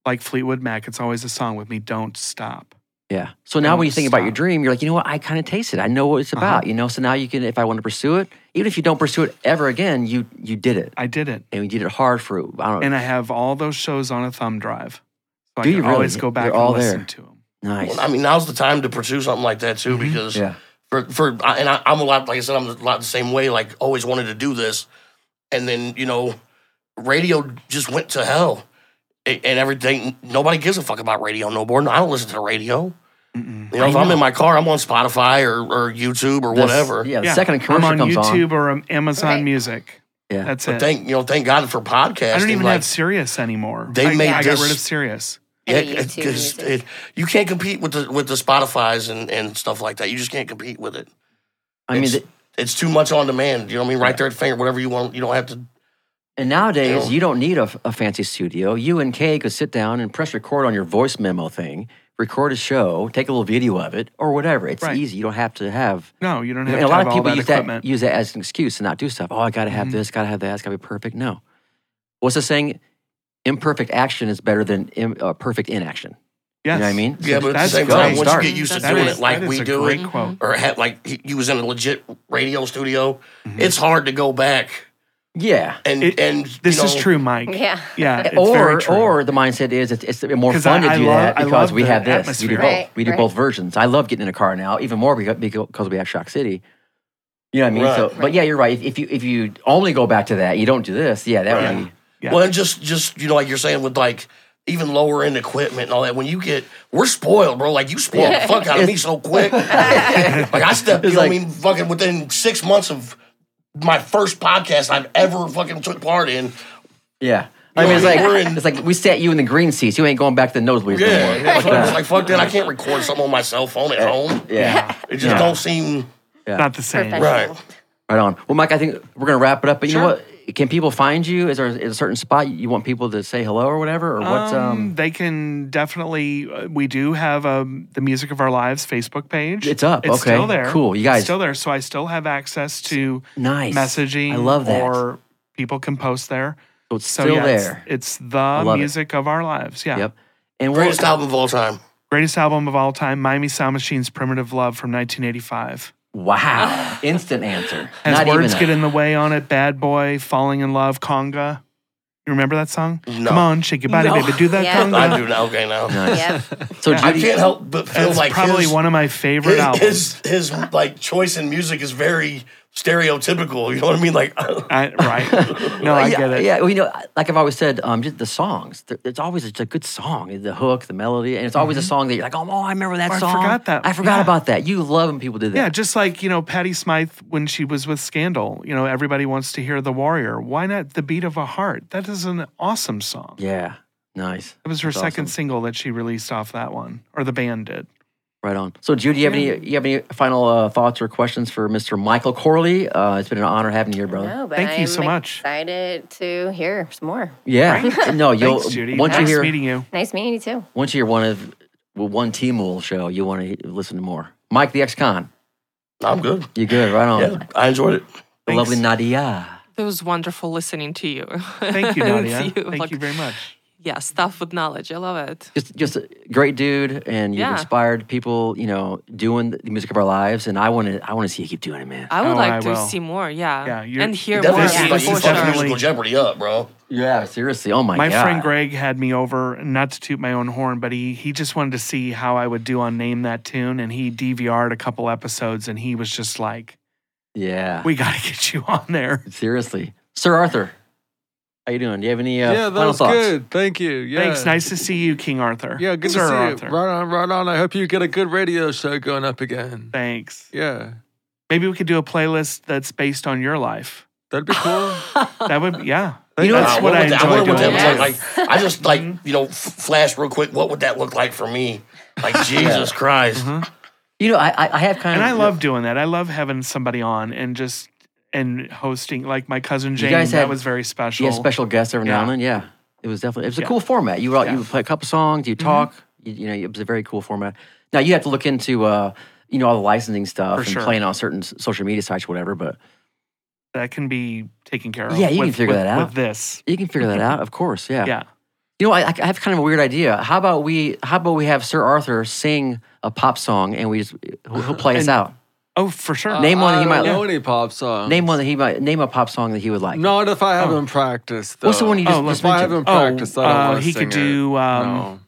[SPEAKER 5] like fleetwood mac it's always a song with me don't stop
[SPEAKER 1] Yeah. So now
[SPEAKER 5] and
[SPEAKER 1] when you think about your
[SPEAKER 5] stop.
[SPEAKER 1] dream, you're like, you know what? I kind of taste it. I know what it's
[SPEAKER 5] Uh-huh.
[SPEAKER 1] about. You know. So now you can, if I want to pursue it, even if you don't pursue it ever again, you you did it.
[SPEAKER 5] i did it
[SPEAKER 1] and we did it hard for I don't know.
[SPEAKER 5] and i have all those shows on a thumb drive so
[SPEAKER 1] Oh, Do
[SPEAKER 5] i
[SPEAKER 1] you
[SPEAKER 5] can
[SPEAKER 1] really?
[SPEAKER 5] always go back
[SPEAKER 1] They're all
[SPEAKER 5] and listen
[SPEAKER 1] there.
[SPEAKER 5] to them
[SPEAKER 1] nice.
[SPEAKER 4] Well, I mean, now's the time to pursue something like that too,
[SPEAKER 5] Mm-hmm.
[SPEAKER 4] because
[SPEAKER 1] yeah.
[SPEAKER 4] for for I- and I, I'm a lot like I said, I'm a lot the same way. Like always wanted to do this, and then you know, radio just went to hell, A- and everything. Nobody gives a fuck about radio no more. I don't listen to the radio. You know, if I'm in my car, I'm on Spotify or, or YouTube or
[SPEAKER 1] The s-
[SPEAKER 4] whatever.
[SPEAKER 1] Yeah. The second a commercial
[SPEAKER 5] i'm on
[SPEAKER 1] comes
[SPEAKER 5] youtube
[SPEAKER 1] on.
[SPEAKER 5] or um, amazon
[SPEAKER 2] Right.
[SPEAKER 5] music
[SPEAKER 1] Yeah.
[SPEAKER 5] that's
[SPEAKER 4] But
[SPEAKER 5] it
[SPEAKER 4] thank you know, thank God for podcasting.
[SPEAKER 5] i don't even
[SPEAKER 4] like,
[SPEAKER 5] have sirius anymore
[SPEAKER 4] They
[SPEAKER 5] I,
[SPEAKER 4] made
[SPEAKER 5] I got
[SPEAKER 4] this-
[SPEAKER 5] rid of sirius
[SPEAKER 4] yeah,
[SPEAKER 2] Any YouTube
[SPEAKER 4] 'cause
[SPEAKER 2] music.
[SPEAKER 4] it- you can't compete with the with the Spotify's and, and stuff like that. You just can't compete with it.
[SPEAKER 1] I mean,
[SPEAKER 4] It's-
[SPEAKER 1] the,
[SPEAKER 4] It's too much on demand. You know what I mean? Right there at finger, whatever you want. You don't have to.
[SPEAKER 1] And nowadays,
[SPEAKER 4] Yeah.
[SPEAKER 1] you don't need a, a fancy studio. You and Kay could sit down and press record on your voice memo thing, record a show, take a little video of it, or whatever. It's
[SPEAKER 5] Right.
[SPEAKER 1] easy. You don't have to have.
[SPEAKER 5] No, you don't
[SPEAKER 1] And
[SPEAKER 5] have
[SPEAKER 1] a
[SPEAKER 5] to
[SPEAKER 1] lot
[SPEAKER 5] have
[SPEAKER 1] of
[SPEAKER 5] all
[SPEAKER 1] people
[SPEAKER 5] that
[SPEAKER 1] use
[SPEAKER 5] equipment.
[SPEAKER 1] that use that as an excuse to not do stuff. Oh, I got to have
[SPEAKER 5] Mhm.
[SPEAKER 1] this, got to have that, it's got to be perfect. No. What's the saying? Imperfect action is better than Im, uh, perfect inaction.
[SPEAKER 5] yes.
[SPEAKER 1] You know what I mean?
[SPEAKER 4] Yeah, but at the
[SPEAKER 5] That's
[SPEAKER 4] same
[SPEAKER 1] good.
[SPEAKER 4] time, once you
[SPEAKER 1] Start.
[SPEAKER 4] get used to
[SPEAKER 6] That
[SPEAKER 4] doing
[SPEAKER 6] is-
[SPEAKER 4] it like
[SPEAKER 5] that is
[SPEAKER 4] we
[SPEAKER 5] a
[SPEAKER 4] do,
[SPEAKER 5] great
[SPEAKER 4] it,
[SPEAKER 5] quote.
[SPEAKER 4] or had like he, he was in a legit radio studio, it's hard to go back
[SPEAKER 1] Yeah.
[SPEAKER 4] and
[SPEAKER 5] Mm-hmm. It-
[SPEAKER 4] and
[SPEAKER 5] This
[SPEAKER 4] you know,
[SPEAKER 5] is true, Mike.
[SPEAKER 2] Yeah.
[SPEAKER 5] Yeah, it's very
[SPEAKER 1] or
[SPEAKER 5] true.
[SPEAKER 1] or the mindset is it's, it's more
[SPEAKER 5] 'Cause
[SPEAKER 1] fun
[SPEAKER 5] I- I
[SPEAKER 1] to do
[SPEAKER 5] love- I
[SPEAKER 1] that because
[SPEAKER 5] love
[SPEAKER 1] we
[SPEAKER 5] the
[SPEAKER 1] have this. We do
[SPEAKER 5] atmosphere.
[SPEAKER 1] both.
[SPEAKER 2] Right,
[SPEAKER 1] we do
[SPEAKER 2] right.
[SPEAKER 1] both versions. I love getting in a car now, even more because, because we have Shock City. You know what I mean? So,
[SPEAKER 4] Right.
[SPEAKER 1] but yeah, you're right. If, if you if you only go back to that, you don't do this. Yeah, that would
[SPEAKER 4] Right.
[SPEAKER 1] be.
[SPEAKER 5] Yeah.
[SPEAKER 4] Well, and just just you know, like you're saying with like even lower end equipment and all that. When you get, we're spoiled, bro. Like you spoiled the fuck out of me so quick. like I stepped, you
[SPEAKER 1] It's
[SPEAKER 4] know,
[SPEAKER 1] like-
[SPEAKER 4] what I mean, fucking within six months of my first podcast I've ever fucking took part in.
[SPEAKER 1] Yeah. I mean, it's
[SPEAKER 4] Yeah,
[SPEAKER 1] like
[SPEAKER 4] we're in-
[SPEAKER 1] it's like we sat you in the green seats. You ain't going back to the nosebleeds
[SPEAKER 4] Yeah,
[SPEAKER 1] no more.
[SPEAKER 4] yeah,
[SPEAKER 1] Fuck
[SPEAKER 4] so I'm just
[SPEAKER 1] that.
[SPEAKER 4] like fuck that. I can't record something on my cell phone at home.
[SPEAKER 1] yeah.
[SPEAKER 4] It just don't seem
[SPEAKER 5] Not the same.
[SPEAKER 2] Perfect.
[SPEAKER 4] right.
[SPEAKER 1] Right on. Well, Mike, I think we're gonna wrap it up. But you know what? Can people find you? Is there a certain spot you want people to say hello or whatever? Or what's um?
[SPEAKER 5] they can definitely. uh, We do have um, the Music of Our Lives Facebook page.
[SPEAKER 1] It's up,
[SPEAKER 5] It's
[SPEAKER 1] okay,
[SPEAKER 5] still there.
[SPEAKER 1] cool, you
[SPEAKER 5] It's
[SPEAKER 1] guys-
[SPEAKER 5] still there. So I still have access to
[SPEAKER 1] Nice.
[SPEAKER 5] messaging.
[SPEAKER 1] I love that.
[SPEAKER 5] Or people can post there.
[SPEAKER 1] So it's
[SPEAKER 5] So
[SPEAKER 1] still
[SPEAKER 5] yeah, it's-
[SPEAKER 1] there.
[SPEAKER 5] It's,
[SPEAKER 1] love
[SPEAKER 5] the
[SPEAKER 1] it.
[SPEAKER 5] music of our lives. Yeah.
[SPEAKER 1] Yep. And we're
[SPEAKER 4] Greatest album of all time.
[SPEAKER 5] Greatest album of all time, Miami Sound Machine's "Primitive Love" from 1985.
[SPEAKER 1] wow, instant answer.
[SPEAKER 5] As
[SPEAKER 1] Not
[SPEAKER 5] words
[SPEAKER 1] even
[SPEAKER 5] get
[SPEAKER 1] a-
[SPEAKER 5] in the way on it, "Bad Boy," "Falling in Love," "Conga." You remember that song?
[SPEAKER 4] No.
[SPEAKER 5] Come on, shake your body,
[SPEAKER 6] No.
[SPEAKER 5] baby, do that
[SPEAKER 2] Yeah.
[SPEAKER 5] conga.
[SPEAKER 4] I do now. Okay, now
[SPEAKER 2] Yep.
[SPEAKER 1] So
[SPEAKER 4] I
[SPEAKER 1] Judy,
[SPEAKER 4] can't help but feel
[SPEAKER 5] It's
[SPEAKER 4] like
[SPEAKER 5] probably
[SPEAKER 4] his,
[SPEAKER 5] one of my favorite
[SPEAKER 4] his,
[SPEAKER 5] albums.
[SPEAKER 4] his his like choice in music is very stereotypical. You know what I mean? Like
[SPEAKER 5] I, right. No, I
[SPEAKER 1] yeah,
[SPEAKER 5] get it.
[SPEAKER 1] Yeah, well, you know, like I've always said, um, just the songs. there- It's always a, it's a good song, the hook, the melody, and it's always a song that you're like, oh, oh, I remember that
[SPEAKER 5] Oh, I
[SPEAKER 1] song.
[SPEAKER 5] forgot that.
[SPEAKER 1] I forgot
[SPEAKER 5] Yeah.
[SPEAKER 1] about that. You love when people do that.
[SPEAKER 5] Yeah, just like, you know, Patti Smythe when she was with Scandal, you know, everybody wants to hear The Warrior. Why not The Beat of a Heart? That is an awesome song.
[SPEAKER 1] Yeah. Nice.
[SPEAKER 5] It was her
[SPEAKER 1] That's
[SPEAKER 5] second
[SPEAKER 1] awesome. single.
[SPEAKER 5] single that she released off that one, or the band did.
[SPEAKER 1] Right on. So, Jude, do you have any you have any final uh, thoughts or questions for Mr. Michael Corley? Uh, it's been an honor having you here, brother.
[SPEAKER 2] No, but
[SPEAKER 5] Thank you
[SPEAKER 2] I'm
[SPEAKER 5] so much.
[SPEAKER 2] Excited to hear some more.
[SPEAKER 1] Yeah. no, you'll
[SPEAKER 5] Thanks, Judy.
[SPEAKER 1] once you
[SPEAKER 5] nice
[SPEAKER 1] hear
[SPEAKER 5] meeting you.
[SPEAKER 2] Nice meeting you too.
[SPEAKER 1] once you hear one of well, one Team Wool show, you want to listen to more. Mike the Ex-Con.
[SPEAKER 4] I'm good.
[SPEAKER 1] You good? Right on.
[SPEAKER 4] Yeah, I enjoyed it.
[SPEAKER 1] The
[SPEAKER 5] Thanks.
[SPEAKER 1] lovely Nadia.
[SPEAKER 6] It was wonderful listening to you.
[SPEAKER 5] Thank you,
[SPEAKER 6] And
[SPEAKER 5] Nadia.
[SPEAKER 6] you,
[SPEAKER 5] Thank
[SPEAKER 6] like,
[SPEAKER 5] you very much.
[SPEAKER 6] Yeah, stuff with knowledge. I love it.
[SPEAKER 1] Just, just a great dude, and you've
[SPEAKER 6] Yeah.
[SPEAKER 1] inspired people. You know, doing the music of our lives, and I want to, I want to see you keep doing it, man.
[SPEAKER 6] I would
[SPEAKER 5] Oh,
[SPEAKER 6] like
[SPEAKER 5] I
[SPEAKER 6] to
[SPEAKER 5] will.
[SPEAKER 6] see more. Yeah.
[SPEAKER 5] Yeah, you're-
[SPEAKER 6] and hear more.
[SPEAKER 4] Definitely,
[SPEAKER 5] Yeah.
[SPEAKER 4] seems like you
[SPEAKER 6] for
[SPEAKER 5] Definitely.
[SPEAKER 4] fucked
[SPEAKER 6] sure.
[SPEAKER 4] musical Jeopardy up, bro.
[SPEAKER 1] Yeah, seriously. Oh my,
[SPEAKER 5] My
[SPEAKER 1] god.
[SPEAKER 5] friend Greg had me over, and not to toot my own horn, but he he just wanted to see how I would do on Name That Tune, and he DVR'd a couple episodes, and he was just like,
[SPEAKER 1] Yeah.
[SPEAKER 5] "We got to get you on there."
[SPEAKER 1] seriously, Sir Arthur. How you doing? Do you have any uh,
[SPEAKER 7] yeah, that
[SPEAKER 1] final
[SPEAKER 7] was
[SPEAKER 1] thoughts?
[SPEAKER 7] good. Thank you. Yeah.
[SPEAKER 5] Thanks. Nice to see you, King Arthur.
[SPEAKER 7] Yeah, good
[SPEAKER 5] Sir
[SPEAKER 7] to see
[SPEAKER 5] Arthur.
[SPEAKER 7] you. Right on, right on. I hope you get a good radio show going up again.
[SPEAKER 5] Thanks.
[SPEAKER 7] Yeah,
[SPEAKER 5] Maybe we could do a playlist that's based on your life.
[SPEAKER 7] that'd be cool.
[SPEAKER 5] That would, yeah.
[SPEAKER 1] You know,
[SPEAKER 5] that's
[SPEAKER 1] it's-
[SPEAKER 5] what I
[SPEAKER 4] would that-
[SPEAKER 5] enjoy
[SPEAKER 4] wonder what
[SPEAKER 5] doing.
[SPEAKER 4] that would
[SPEAKER 6] Yes.
[SPEAKER 4] look like. I just like you know f- flash real quick. What would that look like for me? Like Jesus Christ.
[SPEAKER 5] Mm-hmm.
[SPEAKER 1] You know, I, I I have kind
[SPEAKER 5] And
[SPEAKER 1] of.
[SPEAKER 5] I love doing that. I love having somebody on and just and hosting like my cousin Jane.
[SPEAKER 1] guys
[SPEAKER 5] that
[SPEAKER 1] had-
[SPEAKER 5] was very special.
[SPEAKER 1] Yeah, special guests every now
[SPEAKER 5] Yeah.
[SPEAKER 1] and then. Yeah, it was definitely it was a
[SPEAKER 5] Yeah.
[SPEAKER 1] cool format. You were,
[SPEAKER 5] Yeah. Mm-hmm.
[SPEAKER 1] you would play a couple songs, you talk. You, you know, it was a very cool format. Now you have to look into uh, you know all the licensing stuff
[SPEAKER 5] For
[SPEAKER 1] and
[SPEAKER 5] sure.
[SPEAKER 1] playing on certain s- social media sites, or whatever. But
[SPEAKER 5] that can be taken care of.
[SPEAKER 1] Yeah, you can
[SPEAKER 5] with-
[SPEAKER 1] figure
[SPEAKER 5] with-
[SPEAKER 1] that out.
[SPEAKER 5] with this.
[SPEAKER 1] you can figure that out, of course. Yeah.
[SPEAKER 5] Mm-hmm. Yeah.
[SPEAKER 1] You know, I, I have kind of a weird idea. How about we? How about we have Sir Arthur sing a pop song and we just he'll, he'll play us out.
[SPEAKER 5] Oh, for sure.
[SPEAKER 1] Name one
[SPEAKER 7] I
[SPEAKER 1] he
[SPEAKER 7] don't
[SPEAKER 1] might
[SPEAKER 7] know
[SPEAKER 1] like.
[SPEAKER 7] any pop
[SPEAKER 5] uh,
[SPEAKER 7] song.
[SPEAKER 1] Name one that he might name a pop song that he would like. Oh.
[SPEAKER 7] Not if I haven't practiced. Though.
[SPEAKER 1] What's the one you just,
[SPEAKER 5] Oh, let's
[SPEAKER 1] just
[SPEAKER 7] If I
[SPEAKER 1] mentioned?
[SPEAKER 7] haven't
[SPEAKER 5] Oh,
[SPEAKER 7] practiced, I don't
[SPEAKER 5] uh,
[SPEAKER 7] want to
[SPEAKER 5] he
[SPEAKER 7] sing
[SPEAKER 5] could
[SPEAKER 7] it.
[SPEAKER 5] do, um,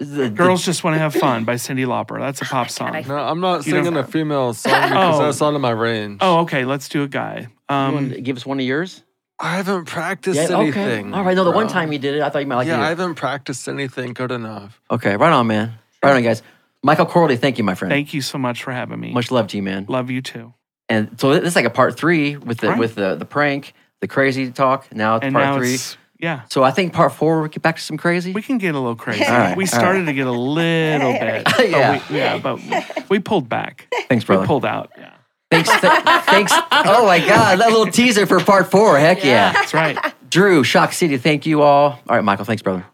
[SPEAKER 1] The- the-
[SPEAKER 5] Girls just want to have fun by Cindy Lauper. That's a pop
[SPEAKER 2] I-
[SPEAKER 5] song.
[SPEAKER 7] no. no, I'm not
[SPEAKER 5] You don't-
[SPEAKER 7] singing a female song because
[SPEAKER 5] Oh.
[SPEAKER 7] that's out of my range.
[SPEAKER 5] Oh, okay. Let's do a guy.
[SPEAKER 1] you
[SPEAKER 5] Um,
[SPEAKER 1] wanna give us one of yours.
[SPEAKER 7] I haven't practiced
[SPEAKER 1] Yeah,
[SPEAKER 7] anything.
[SPEAKER 1] All right. No, the one
[SPEAKER 7] bro.
[SPEAKER 1] time you did it, I thought you might like
[SPEAKER 7] yeah, I
[SPEAKER 1] it.
[SPEAKER 7] haven't practiced anything good enough.
[SPEAKER 1] Okay, right on, man. Right on, guys. Michael Corley, thank you, my friend.
[SPEAKER 5] Thank you so much for having me.
[SPEAKER 1] Much love to you, man.
[SPEAKER 5] Love you too.
[SPEAKER 1] And so this is like a part three with the
[SPEAKER 5] Right.
[SPEAKER 1] with the, the prank, the crazy talk. Now it's
[SPEAKER 5] And
[SPEAKER 1] part
[SPEAKER 5] now
[SPEAKER 1] three.
[SPEAKER 5] it's yeah.
[SPEAKER 1] So I think part four we get back to some crazy.
[SPEAKER 5] We can get a little crazy.
[SPEAKER 1] All right,
[SPEAKER 5] we
[SPEAKER 1] all
[SPEAKER 5] started to get a little bit.
[SPEAKER 1] Yeah.
[SPEAKER 5] But we, yeah, but we pulled back.
[SPEAKER 1] Thanks,
[SPEAKER 5] We
[SPEAKER 1] brother.
[SPEAKER 5] pulled out. Yeah.
[SPEAKER 1] Thanks, th- thanks. Oh my God, that little teaser for part four. Heck yeah.
[SPEAKER 5] That's right.
[SPEAKER 1] Drew, Shock City, thank you all. All right, Michael, thanks, brother.